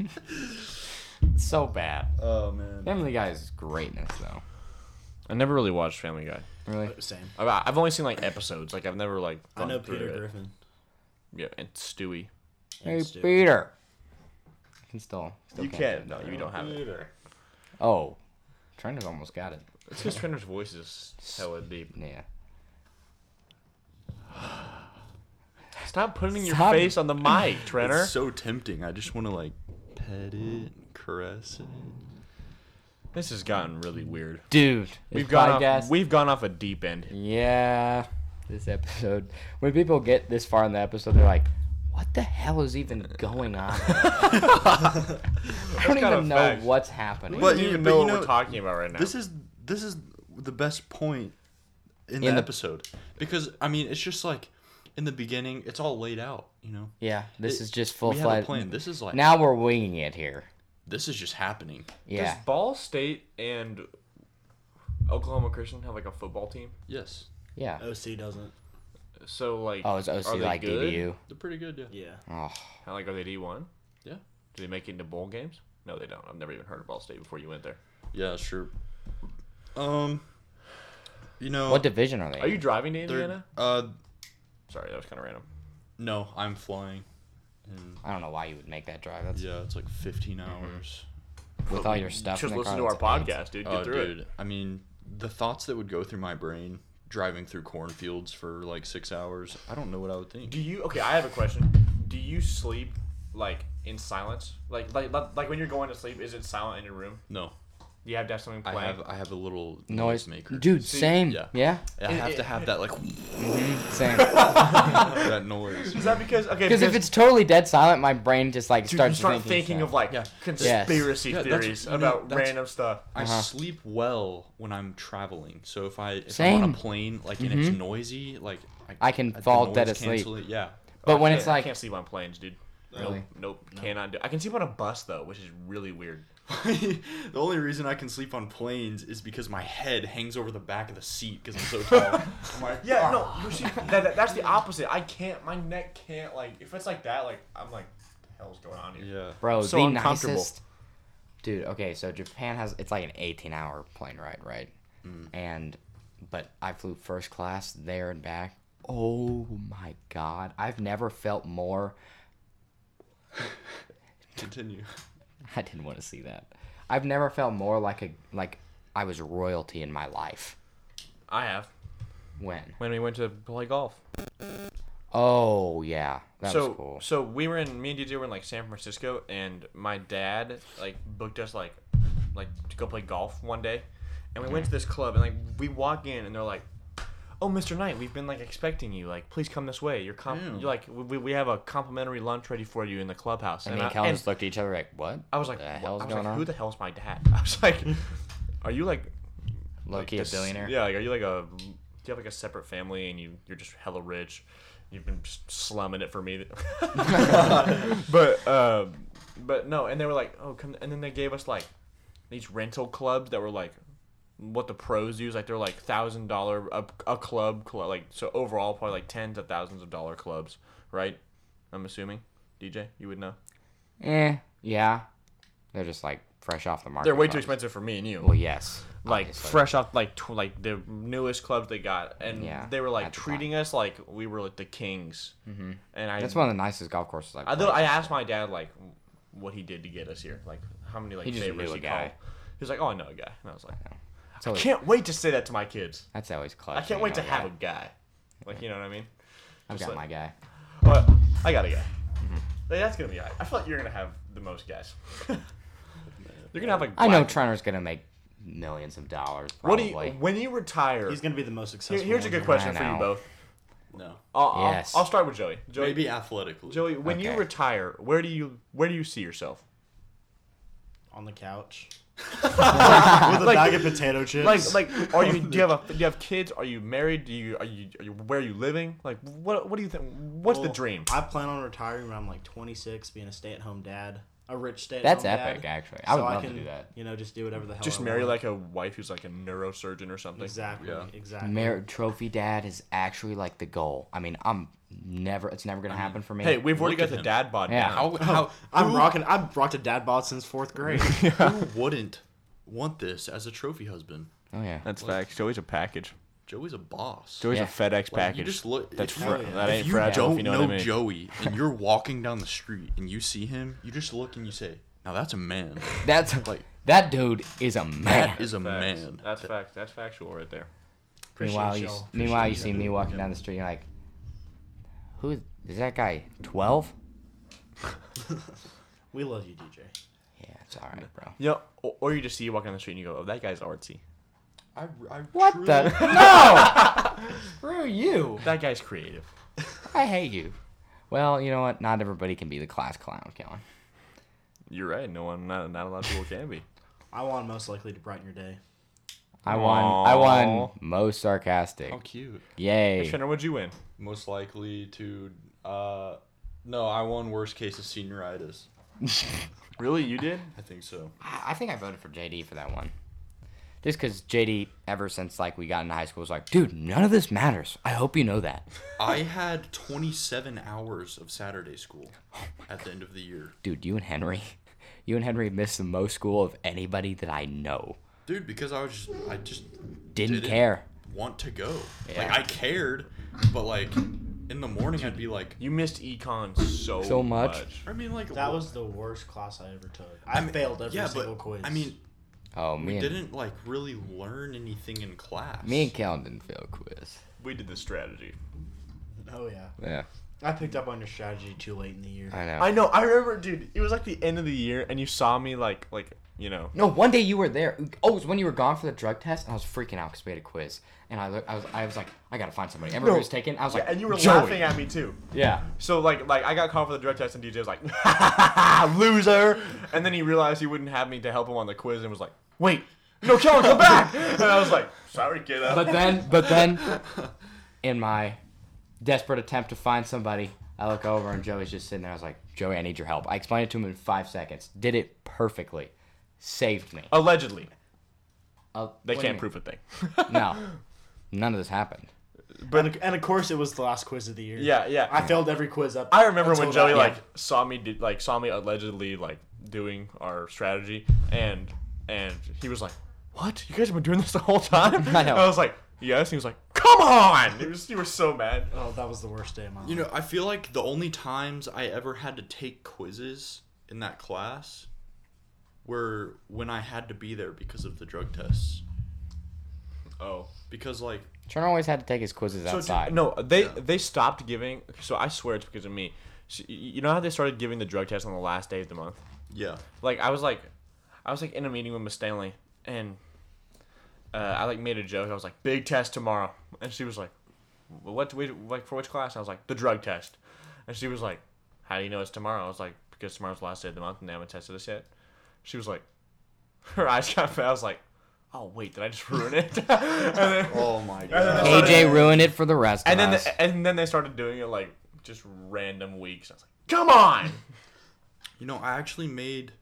S1: so bad.
S2: Oh man.
S1: Family Guy is greatness though.
S4: I never really watched Family Guy.
S1: Really?
S3: Same.
S4: I've- I've only seen like episodes. Like I've never like.
S3: I know
S4: gone through
S3: Peter
S4: it.
S3: Griffin.
S4: Yeah, and Stewie.
S1: Hey
S3: Stu.
S1: Peter. I can still. still
S4: You
S1: can't do
S4: can't.
S1: it.
S4: No, you don't have it.
S1: Oh, Trender's almost got it.
S4: It's because Trender's voice is hella deep.
S1: Yeah.
S4: Stop putting your
S1: Stop.
S4: face on the mic, Trenner.
S2: It's so tempting. I just want to like pet it, and caress it.
S4: This has gotten really weird.
S1: Dude,
S4: We've
S1: this
S4: gone
S1: podcast-
S4: off. We've gone off a deep end.
S1: yeah, this episode. When people get this far in the episode, they're like, "What the hell is even going on?" I don't
S4: kinda
S1: even know
S4: facts.
S1: what's happening.
S4: But
S2: But
S4: you
S2: you-
S4: even
S2: but
S4: know
S2: you
S4: what
S2: know-
S4: we're talking about right now.
S2: This is this is the best point in, the,
S1: In the-
S2: episode because I mean it's just like in the beginning it's all laid out. You know.
S1: yeah, this is
S2: It-
S1: just full
S2: We have a
S1: fledged.
S2: plan. This is like
S1: Now we're winging it here.
S2: this is just happening.
S1: Yeah,
S4: Does Ball State and Oklahoma Christian have like a football team?
S2: Yes,
S1: yeah.
S3: OC doesn't.
S4: So like,
S1: Oh, is
S4: are
S1: OC
S4: they
S1: like
S4: good?
S1: DBU?
S2: they're pretty good. Yeah.
S3: Yeah.
S1: Oh,
S4: Kinda like, are they D one?
S2: Yeah.
S4: Do they make it into bowl games? No, they don't. I've never even heard of Ball State before you went there.
S2: Yeah. Sure. Um. You know.
S1: what division are they?
S4: Oh, Are you
S1: in?
S4: driving to
S2: they're-
S4: Indiana?
S2: Uh.
S4: Sorry, that was kind of random.
S2: No, I'm flying. And
S1: I don't know why you would make that drive. That's
S2: yeah, it's like 15
S4: Mm-hmm.
S2: hours.
S1: with all your stuff. in
S4: Just
S1: the
S4: listen
S1: car,
S4: to our
S1: that's amazing.
S4: podcast, dude. Get
S2: Oh,
S4: through
S2: dude.
S4: it.
S2: I mean, the thoughts that would go through my brain driving through cornfields for like six hours. I don't know what I would think.
S4: Do you? Okay, I have a question. Do you sleep like in silence? Like like like like when you're going to sleep, is it silent in your room?
S2: No,
S4: Do you have to have something
S2: I
S4: playing?
S2: have I have a little
S1: Noise,
S2: noise maker.
S1: dude.
S4: See,
S1: Same.
S2: yeah.
S1: yeah? Mm-hmm.
S2: I have to have that like
S1: Same.
S2: that noise.
S4: Is that because okay?
S1: Because if it's totally dead silent, my brain just like
S4: dude, you
S1: starts
S4: start
S1: thinking,
S4: thinking
S1: stuff.
S4: of like
S2: Yeah.
S4: conspiracy
S2: Yeah, that's-
S4: theories
S2: you know,
S4: about
S2: that's-
S4: random stuff.
S2: I sleep well when I'm traveling. So if I if I'm on
S1: Same.
S2: a plane like and it's noisy, like
S1: I can
S2: the
S1: fall
S2: noise
S1: dead asleep.
S2: cancel it. Yeah.
S1: But
S4: I
S1: when it's
S4: can't- I
S1: like,
S4: can't sleep on planes, dude.
S1: Really?
S4: Nope, nope, cannot do. I can sleep on a bus though, which is really weird.
S2: the only reason I can sleep on planes is because my head hangs over the back of the seat because I'm so tall. I'm like,
S4: Yeah, no, you see, that, that- that's the opposite. I can't, my neck can't, like, if it's like that, like, I'm like, hell's going on here?
S2: Yeah.
S1: Bro,
S4: So
S1: the
S4: uncomfortable.
S1: nicest. Dude, okay, so Japan has it's like an 18-hour plane ride, right?
S4: Mm.
S1: And but I flew first class there and back. Oh my god, I've never felt more.
S2: Continue.
S1: I didn't want to see that. I've never felt more like a like I was royalty in my life.
S4: I have.
S1: When?
S4: When we went to play golf.
S1: Oh yeah, that
S4: so
S1: was cool.
S4: so we were in me and DJ were in like San Francisco and my dad like booked us like like to go play golf one day and we went
S1: Mm-hmm.
S4: to this club and like we walk in and they're like oh Mr. Knight we've been like expecting you like please come this way you're com-
S2: Ew.
S4: you're like we- we, we have a complimentary lunch ready for you in the clubhouse
S1: And me and
S4: I-
S1: Calvin just looked at each other like, "What?"
S4: I was like,
S1: the
S4: "What?"
S1: hell's
S4: I was
S1: going
S4: like,
S1: on?
S4: Who the hell's my dad? I was like, are you like
S1: Low
S4: like
S1: key a
S4: this-
S1: billionaire.
S4: Yeah, like, are you like a do you have like a separate family and you you're just hella rich? You've been just slumming it for me. but um, but no, and they were like, oh, come, and then they gave us like these rental clubs that were like what the pros use, like they're like thousand dollar a a club, club, like so overall probably like tens of thousands of dollar clubs, right? I'm assuming. DJ, you would know.
S1: Eh, yeah. They're just like fresh off the market.
S4: They're way too
S1: probably.
S4: expensive for me and you.
S1: Well, yes.
S4: like
S1: obviously.
S4: fresh off like tw- like the newest clubs they got, and
S1: Yeah,
S4: they were like
S1: at the
S4: treating us like we were like the kings. Mm-hmm. And I,
S1: That's one of the nicest golf courses I've
S4: I,
S1: played.
S4: thought, I asked my dad like what he did to get us here, like how many like
S1: He just
S4: favors
S1: knew a
S4: he
S1: guy.
S4: called. He was like, "Oh, I know a guy," and I was like,
S1: It's
S4: "I
S1: always-
S4: can't wait to say that to my kids.
S1: That's always clutch.
S4: I can't
S1: you
S4: wait
S1: know
S4: to have a
S1: that.
S4: guy." Like you know what I mean?
S1: I've
S4: just
S1: got
S4: like-
S1: my guy.
S4: But I got a guy.
S1: Mm-hmm.
S4: Like, that's gonna be. High. I feel like you're gonna have the most guys. you're gonna have like.
S1: I know
S4: black-
S1: Trenor's gonna make millions of dollars.
S4: What do
S1: Probably.
S4: you when you retire?
S3: He's gonna be the most
S4: Here-
S3: successful.
S4: here's a
S3: one.
S4: good question for you
S1: know.
S4: both.
S3: No.
S4: I'll, I'll-
S1: Yes.
S4: I'll, start with Joey. Joey,
S2: Maybe athletically.
S4: Joey, when you
S1: Okay.
S4: retire, where do you where do you see yourself?
S3: On the couch. With a bag of potato chips.
S4: Like, like, are you do you have a, do you have kids? Are you married? Do you are you, are you where are you living? Like, what what do you think? What's the
S3: Well,
S4: dream?
S3: I plan on retiring when I'm like 26, being a stay-at-home dad, a rich stay-at-home.
S1: That's
S3: dad,
S1: epic, actually. I would love to do that.
S3: You know, just do whatever the hell.
S4: Just
S3: I
S4: marry
S3: want.
S4: like a wife who's like a neurosurgeon or something.
S3: exactly,
S2: Yeah.
S3: exactly.
S1: Mar- trophy dad is actually like the goal. I mean, I'm never. It's never gonna happen for me.
S4: Hey, we've already
S2: Look
S4: got
S2: at
S4: the
S2: him.
S4: dad bod
S1: Yeah.
S2: how,
S4: down.
S2: how
S3: I'm
S2: who-
S3: rocking. I've rocked a dad bod since fourth grade.
S2: Who wouldn't want this as a trophy husband?
S1: oh yeah.
S4: That's facts. Joey's a package.
S2: Joey's a boss.
S4: Joey's
S1: Yeah.
S4: FedEx
S2: Like, you just look. if you-
S3: that
S2: if you don't know Joey and you're walking down the street and you see him, you just look and you say, "Now that's a man.
S1: That's
S2: Like-
S1: that dude is a
S2: That
S1: man.
S2: is a
S4: Facts.
S2: man."
S4: That's fact. That's factual right there.
S3: Appreciate
S1: Meanwhile, you,
S3: y'all.
S1: meanwhile, you
S3: Appreciate
S1: see me walking down the street. You're like, who is, is that guy? Twelve?
S3: We love you, DJ.
S1: Yeah, it's all right, bro.
S4: You know, or, or you just see you walking down the street and you go, "Oh, that guy's artsy.
S2: I, I
S1: What
S2: truly-
S1: the? No! Screw you.
S4: That guy's creative."
S1: I hate you. Well, you know what? Not everybody can be the class clown, Kellen.
S4: You're right. No one, not, not a lot of people can be.
S3: I want most likely to brighten your day.
S1: I won. I won
S4: Aw.
S1: most sarcastic.
S2: How cute.
S1: Yay.
S4: Shinner, would you win?
S2: Most likely to. Uh, no, I won worst case of senioritis.
S4: Really, you did?
S2: I think so.
S1: I I think I voted for JD for that one. Just because JD, ever since like we got into high school, was like, dude, none of this matters. I hope you know that.
S2: I had 27 hours of Saturday school at the end of the year.
S1: Dude, you and Henry, you and Henry missed the most school of anybody that I know.
S2: Dude, because I was just I just
S1: Didn't
S2: Didn't.
S1: care.
S2: want to go. Like
S1: Yeah.
S2: I cared, but like in the morning I'd be like
S4: You missed econ so
S1: So much.
S2: I mean like
S3: That
S2: wh-
S3: was the worst class I ever took. I, failed every
S2: yeah,
S3: single
S2: but
S3: quiz.
S2: I mean,
S1: Oh,
S2: we
S1: me and,
S2: didn't like really learn anything in class.
S1: me and Kellen didn't fail a quiz.
S4: We did the strategy.
S3: oh yeah,
S1: Yeah,
S3: I picked up on your strategy too late in the year.
S1: I know.
S4: I know. I remember, dude. It was like the end of the year, and you saw me like, like you know.
S1: No, one day you were there. Oh, it was when you were gone for the drug test, and I was freaking out because we had a quiz, and I, look, I was, I was like, I gotta find somebody. Everybody
S4: No.
S1: was taken. I was like,
S4: and you were
S1: Joey.
S4: laughing at me too.
S1: Yeah.
S4: So like, like I got called for the drug test, and DJ was like, "Loser!" And then he realized he wouldn't have me to help him on the quiz, and was like, "Wait, no, Kellen, come back!" And I was like, "Sorry, kid."
S1: But then, but then, in my desperate attempt to find somebody, I look over and Joey's just sitting there. I was like, Joey, I need your help. I explained it to him in five seconds. Did it perfectly. Saved me.
S4: Allegedly,
S1: Uh, what do
S4: they
S1: you
S4: can't
S1: mean?
S4: prove a thing.
S1: No, none of this happened.
S4: But-
S3: and, and of course, it was the last quiz of the year.
S4: Yeah, yeah.
S3: I failed every quiz up.
S4: I remember
S3: until
S4: when
S3: that
S4: Joey
S3: year.
S4: like saw me did, like saw me allegedly like doing our strategy and and he was like, "What? You guys have been doing this the whole time?"
S1: I know.
S4: And I was like, "Yes." He was like, "Come on!" It was you were so mad.
S3: oh, that was the worst day of my life.
S2: You know, I feel like the only times I ever had to take quizzes in that class were when I had to be there because of the drug tests.
S4: Oh.
S2: Because like
S1: Turner always had to take his quizzes
S4: So
S1: outside.
S4: d- no, they they stopped giving. So I swear it's because of me. So, y- you know how they started giving the drug test on the last day of the month?
S2: yeah.
S4: like I was like, I was like in a meeting with Miss Stanley, and uh, I like made a joke. I was like, "Big test tomorrow," and she was like, "Wh- "What? do we like for which class?" And I was like, "The drug test," and she was like, "How do you know it's tomorrow?" I was like, "Because tomorrow's the last day of the month, and they haven't tested us yet." She was like, her eyes got fat. I was like, "Oh wait, did I just ruin it?" and then,
S2: Oh my
S4: then
S2: god.
S4: they
S1: AJ ruined it for the rest
S4: and
S1: of
S4: then,
S1: us.
S4: the- and then they started doing it like just random weeks. I was like, "Come on!"
S2: You know, I actually made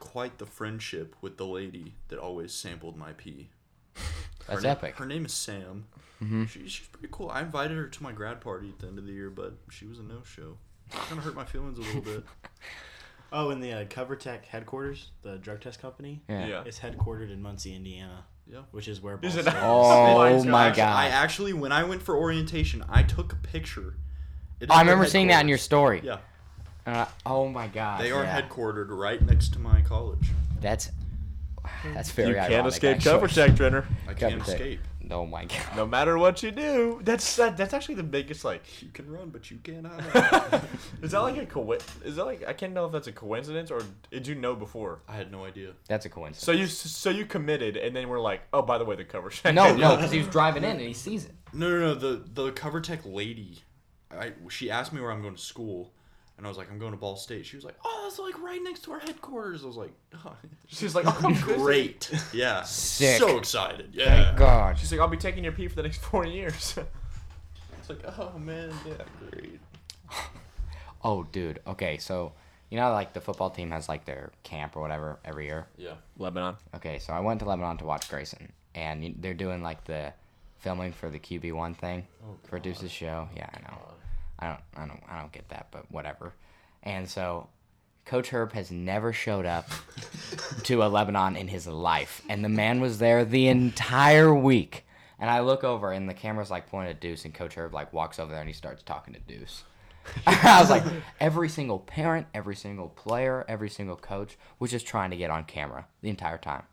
S2: quite the friendship with the lady that always sampled my pee. Her
S1: That's
S2: na-
S1: epic. Mm-hmm.
S2: Her name is Sam. She, she's pretty cool. I invited her to my grad party at the end of the year, but she was a no-show. Kind of hurt my feelings a little bit.
S3: Oh, in the uh, CoverTech headquarters, the drug test company,
S1: Yeah.
S4: Yeah.
S3: is headquartered in Muncie, Indiana,
S2: Yeah.
S3: which is where.
S4: Is
S3: Ball
S4: it-
S3: State
S1: Oh
S4: my
S1: my
S4: gosh,
S2: I
S1: god.
S2: actually, when I went for orientation, I took a picture. It is
S1: I
S2: their
S1: remember seeing that in your story.
S2: headquarters. Yeah,
S1: Uh, oh my god.
S2: they are
S1: yeah.
S2: headquartered right next to my college.
S1: That's that's very ironic, actually.
S4: check, Trainer.
S1: Cover
S2: I can't
S1: tech.
S2: escape.
S1: Oh my god.
S4: No matter what you do, that's that, that's actually the biggest like.
S2: You can run, but you cannot.
S4: Is that like a co? Is that like I can't know if that's a coincidence or did you know before?
S2: I had no idea.
S1: That's a coincidence.
S4: So you so you committed and then we're like, oh by the way, the cover check.
S1: No, no, because he was driving in and he sees it.
S2: No, no, no. The the cover tech lady, I she asked me where I'm going to school, and I was like, I'm going to Ball State. She was like, Oh, that's like right next to our headquarters. I was like, "Oh."
S4: She's like, oh, great.
S2: Great. Yeah.
S1: Sick.
S2: So excited. Yeah.
S1: Thank God.
S4: She's like, I'll be taking your pee for the next forty years.
S2: It's like, oh man, yeah, great.
S1: Oh, dude. Okay, so you know, like the football team has like their camp or whatever every year.
S2: Yeah.
S4: Lebanon.
S1: Okay, so I went to Lebanon to watch Grayson, and you- they're doing like the filming for the QB one thing
S2: Oh,
S1: for Deuce's show. Yeah, I know. I don't, I don't, I don't get that, but whatever. And so, Coach Herb has never showed up to a Lebanon in his life, and the man was there the entire week. And I look over, and the camera's like pointed at Deuce, and Coach Herb like walks over there and he starts talking to Deuce. I was like, every single parent, every single player, every single coach was just trying to get on camera the entire time.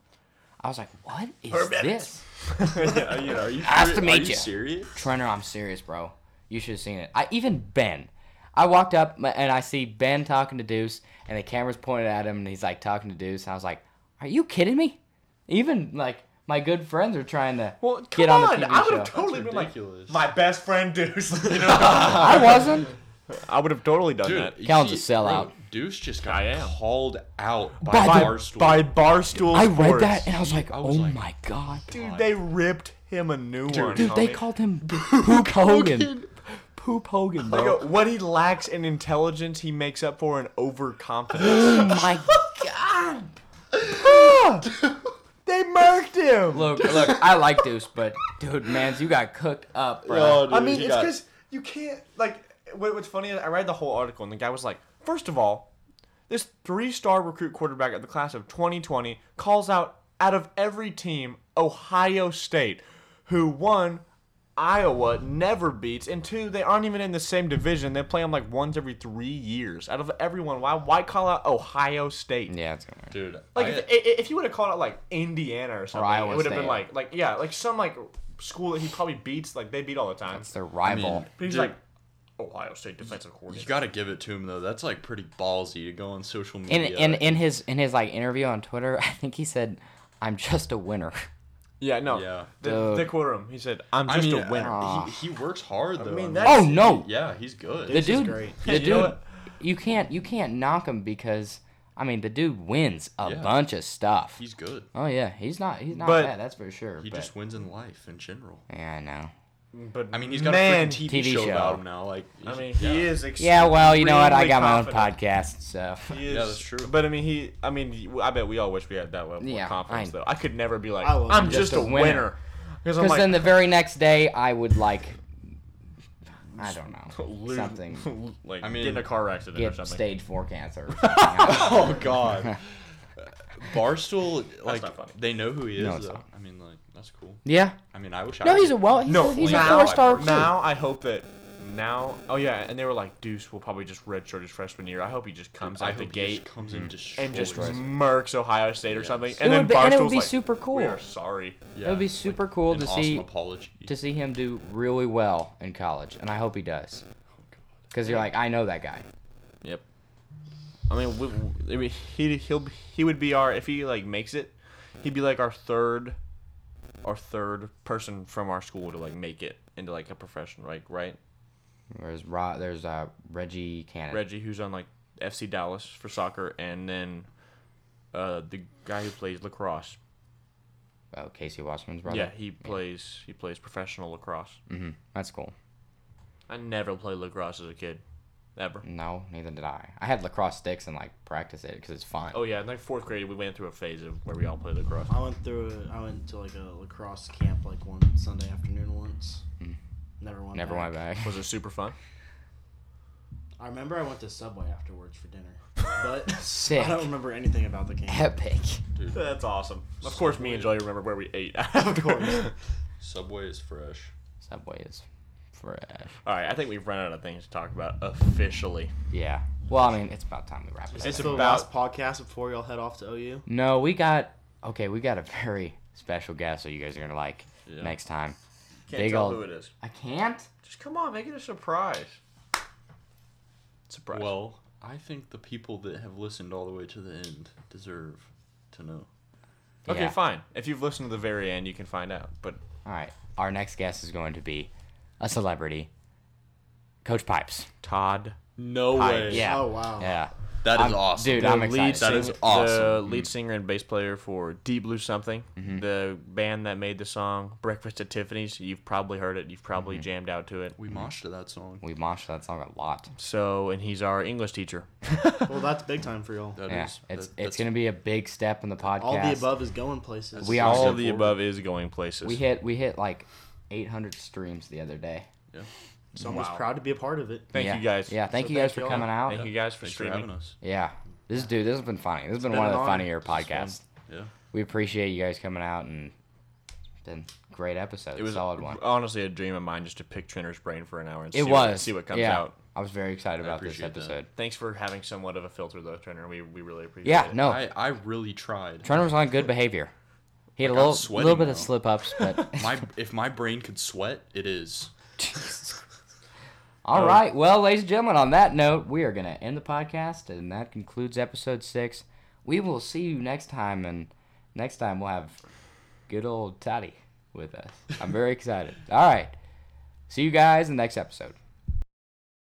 S1: I was like, what is
S4: Herbex.
S1: this?
S4: yeah, you know, you,
S1: Nice to
S2: Are
S1: meet
S2: you
S1: you.
S2: serious?
S1: Trenner, I'm serious, bro. You should have seen it. I even Ben. I walked up m- and I see Ben talking to Deuce, and the camera's pointed at him, and he's like talking to Deuce. And I was like, "Are you kidding me?" Even like my good friends are trying to
S4: well, come
S1: get on,
S4: on,
S1: the
S4: I
S1: TV
S4: would
S1: show.
S4: have totally been like,
S2: ridiculous.
S4: my best friend Deuce. You know,
S1: I wasn't.
S4: I would have totally done that.
S1: Cal's a
S2: he-
S1: sellout.
S2: bro, Deuce just got
S4: I am.
S2: called out by,
S1: By the-
S2: Barstool.
S4: By Barstool.
S1: I read
S4: Sports.
S1: that and I was like,
S2: I was
S1: "Oh
S2: like,
S1: my god, dude!"
S4: Dude, they ripped him a new one.
S1: Dude, they
S4: homie.
S1: called him Poop Hogan. Poop Hogan,
S4: Like,
S1: bro.
S4: uh, what he lacks in intelligence, he makes up for in overconfidence.
S1: Oh my god.
S4: they murked him.
S1: Look, look, I like Deuce, but dude, mans, you got cooked up, bro.
S4: I mean, it's because you can't like. What, what's funny is I read the whole article and the guy was like, first of all, this three-star recruit quarterback of the class of 2020 calls out out of every team Ohio State, who won. Iowa never beats, and two, they aren't even in the same division. They play them like once every three years. Out of everyone, why why call out Ohio State?
S1: Yeah, it's gonna work.
S2: dude,
S4: Like
S2: I-
S4: if, if, if you would have called out like Indiana or something,
S1: Iowa
S4: it would have been
S1: State.
S4: like like yeah, like some like school that he probably beats, like they beat all the time.
S1: It's their
S2: I
S1: rival.
S2: mean,
S4: But he's
S2: dude,
S4: like Ohio State defensive
S2: you
S4: coordinator.
S2: gotta give it to him though. That's like pretty ballsy to go on social media.
S1: in in in his in his like interview on Twitter, I think he said, "I'm just a winner."
S4: Yeah, no.
S2: Yeah.
S4: They,
S1: Dude.
S4: they quoted him. He said, "I'm
S2: I
S4: just
S2: mean,
S4: a winner."
S2: uh, He, he works hard though.
S4: mean,
S2: mean,
S4: that's-
S1: Oh, no.
S2: yeah, he's good.
S1: The
S3: This is
S1: dude,
S3: great.
S1: the
S4: You know
S1: dude,
S4: what?
S1: you can't you can't knock him because I mean the dude wins a
S2: Yeah.
S1: bunch of stuff.
S2: he's good.
S1: oh yeah, he's not he's not
S4: But
S1: bad. That's for sure.
S2: He
S1: but-
S2: just wins in life in general.
S1: yeah, I know.
S4: But
S2: I mean, he's got
S4: man,
S2: a freaking TV,
S1: TV
S2: show,
S1: show.
S2: about him now. Like,
S4: I
S2: he's-
S4: mean,
S2: yeah.
S4: he is. Extremely
S1: Yeah, well, you know what? I got my own
S4: confident.
S1: podcast, so
S4: He is,
S2: Yeah, that's true.
S4: But I mean, he. I mean, I bet we all wish we had that level
S1: Yeah,
S4: of confidence.
S1: I-
S4: though I could never be like,
S3: I was
S4: "I'm
S3: just
S4: just,
S1: a
S4: a
S1: winner."
S4: winner." Because I'm
S1: Because
S4: like,
S1: then the very next day, I would like, I don't know,
S4: lose-
S1: something.
S4: like
S2: I mean,
S4: get in a car accident or
S1: Get
S4: something.
S1: stage four cancer. or something.
S2: Oh God. Barstool, like
S4: not funny.
S2: they know who he is.
S1: No, it's
S2: though.
S1: not.
S2: I mean, like that's cool.
S1: yeah.
S2: I mean, I wish. I
S1: No, he's a
S2: could-
S1: well. He's,
S4: No,
S1: a, he's a
S4: now,
S1: four star recruit.
S4: now I hope that now. Oh yeah, and they were like, Deuce will probably just redshirt his freshman year. I hope he just comes
S2: I
S4: out the
S2: hope he just
S4: gate
S2: comes in destroys.
S4: and just murks Ohio State or something. And
S1: It
S4: then
S1: would be- and it would
S4: Barstool's
S1: be
S4: like,
S1: super cool.
S4: We are sorry.
S1: it would be super cool
S2: an
S1: to
S2: awesome
S1: see
S2: apology.
S1: to see him do really well in college, and I hope he does. Because you're like, I know that guy.
S4: Yep. I mean, we, we- we- he he'll be- he would be our if he like makes it, he'd be like our third, our third person from our school to like make it into like a profession, like right?
S1: There's Ro- there's uh, Reggie Cannon.
S4: Reggie, who's on like FC Dallas for soccer, and then uh, the guy who plays lacrosse.
S1: oh, Casey Wasserman's brother.
S4: Yeah, he plays he plays professional lacrosse.
S1: hmm That's cool.
S4: I never played lacrosse as a kid, ever.
S1: No, neither did I. I had lacrosse sticks and like practiced it because it's fun.
S4: Oh yeah, in like fourth grade, we went through a phase of where we all played lacrosse.
S3: I went through it. I went to like a lacrosse camp like one Sunday afternoon once. Never went.
S1: Hmm. Never
S3: back.
S1: went back.
S4: Was it super fun?
S3: I remember I went to Subway afterwards for dinner, but
S1: Sick.
S3: I don't remember anything about the camp.
S1: Epic.
S4: That's awesome. Of course, me and Joey remember where we ate. of
S3: course.
S2: Subway is fresh.
S1: Subway is fresh.
S4: All right, I think we've run out of things to talk about officially.
S1: Yeah. Well, I mean, it's about time we wrap it
S3: Is
S1: up.
S3: this
S4: It's
S3: the last
S4: about-
S3: podcast before y'all head off to OU?
S1: No, we got okay. We got a very special guest that you guys are gonna like
S2: Yeah.
S1: next time.
S4: Can't
S1: Big
S4: tell
S1: ol'
S4: who it is.
S1: I can't.
S4: Just come on, make it a surprise. Surprise.
S2: Well, I think the people that have listened all the way to the end deserve to know.
S4: okay,
S1: Yeah.
S4: fine. If you've listened to the very end, you can find out. But
S1: All right. Our next guest is going to be a celebrity. Coach Pipes.
S4: Todd,
S2: No
S1: Pipes. Yeah.
S3: Oh, wow.
S1: Yeah.
S2: That is
S1: I'm-
S2: awesome.
S1: Dude,
S4: the
S1: I'm
S4: lead,
S1: excited.
S2: That is
S4: singer- the
S1: Mm-hmm.
S2: awesome.
S4: lead singer and bass player for Deep Blue Something, the band that made the song "Breakfast at Tiffany's." You've probably heard it. You've probably
S1: Mm-hmm.
S4: jammed out to it.
S2: we moshed to that song.
S1: We moshed that song a lot.
S4: So, and he's our English teacher.
S3: Well, that's big time for y'all.
S2: That
S1: Yeah.
S2: is-
S1: It's
S2: that-
S1: it's
S2: that's-
S1: gonna be a big step in the podcast.
S3: All the above is going places.
S1: We are-
S4: All
S2: Step
S4: the
S2: forward.
S4: above is going places.
S1: We hit we hit like 800 streams the other day.
S2: Yeah.
S3: So I'm just
S4: Wow.
S3: proud to be a part of it.
S4: Thank
S1: yeah.
S4: you guys.
S1: Yeah, thank
S3: So
S1: you guys
S3: thank
S1: for
S3: y'all.
S1: coming out.
S4: Thank you guys for
S2: Thanks for
S4: streaming.
S2: having us.
S1: Yeah. This dude, this has been funny. This has been,
S3: been
S1: one of
S3: an
S1: the funnier
S3: honor.
S1: podcasts.
S2: Yeah.
S1: We appreciate you guys coming out and it's been a great episode.
S4: It was
S1: solid one.
S4: Honestly, a dream of mine just to pick Trenner's brain for an hour and
S1: It
S4: see,
S1: was.
S4: What, see what comes
S1: yeah.
S4: out.
S1: I was very excited about this
S2: appreciate that.
S1: episode.
S4: Thanks for having somewhat of a filter, though, Trenner. We, we really appreciate
S1: Yeah,
S4: it.
S1: no.
S2: I, I really tried.
S1: Turner was on good behavior. He had a
S2: Like, I'm
S1: little
S2: sweating
S1: little bit of
S2: now.
S1: slip ups, but
S2: my if my brain could sweat, it is.
S1: all right. Well, ladies and gentlemen, on that note, we are gonna end the podcast, and that concludes episode six. We will see you next time, and next time we'll have good old Toddy with us. I'm very excited. All right. See you guys in the next episode.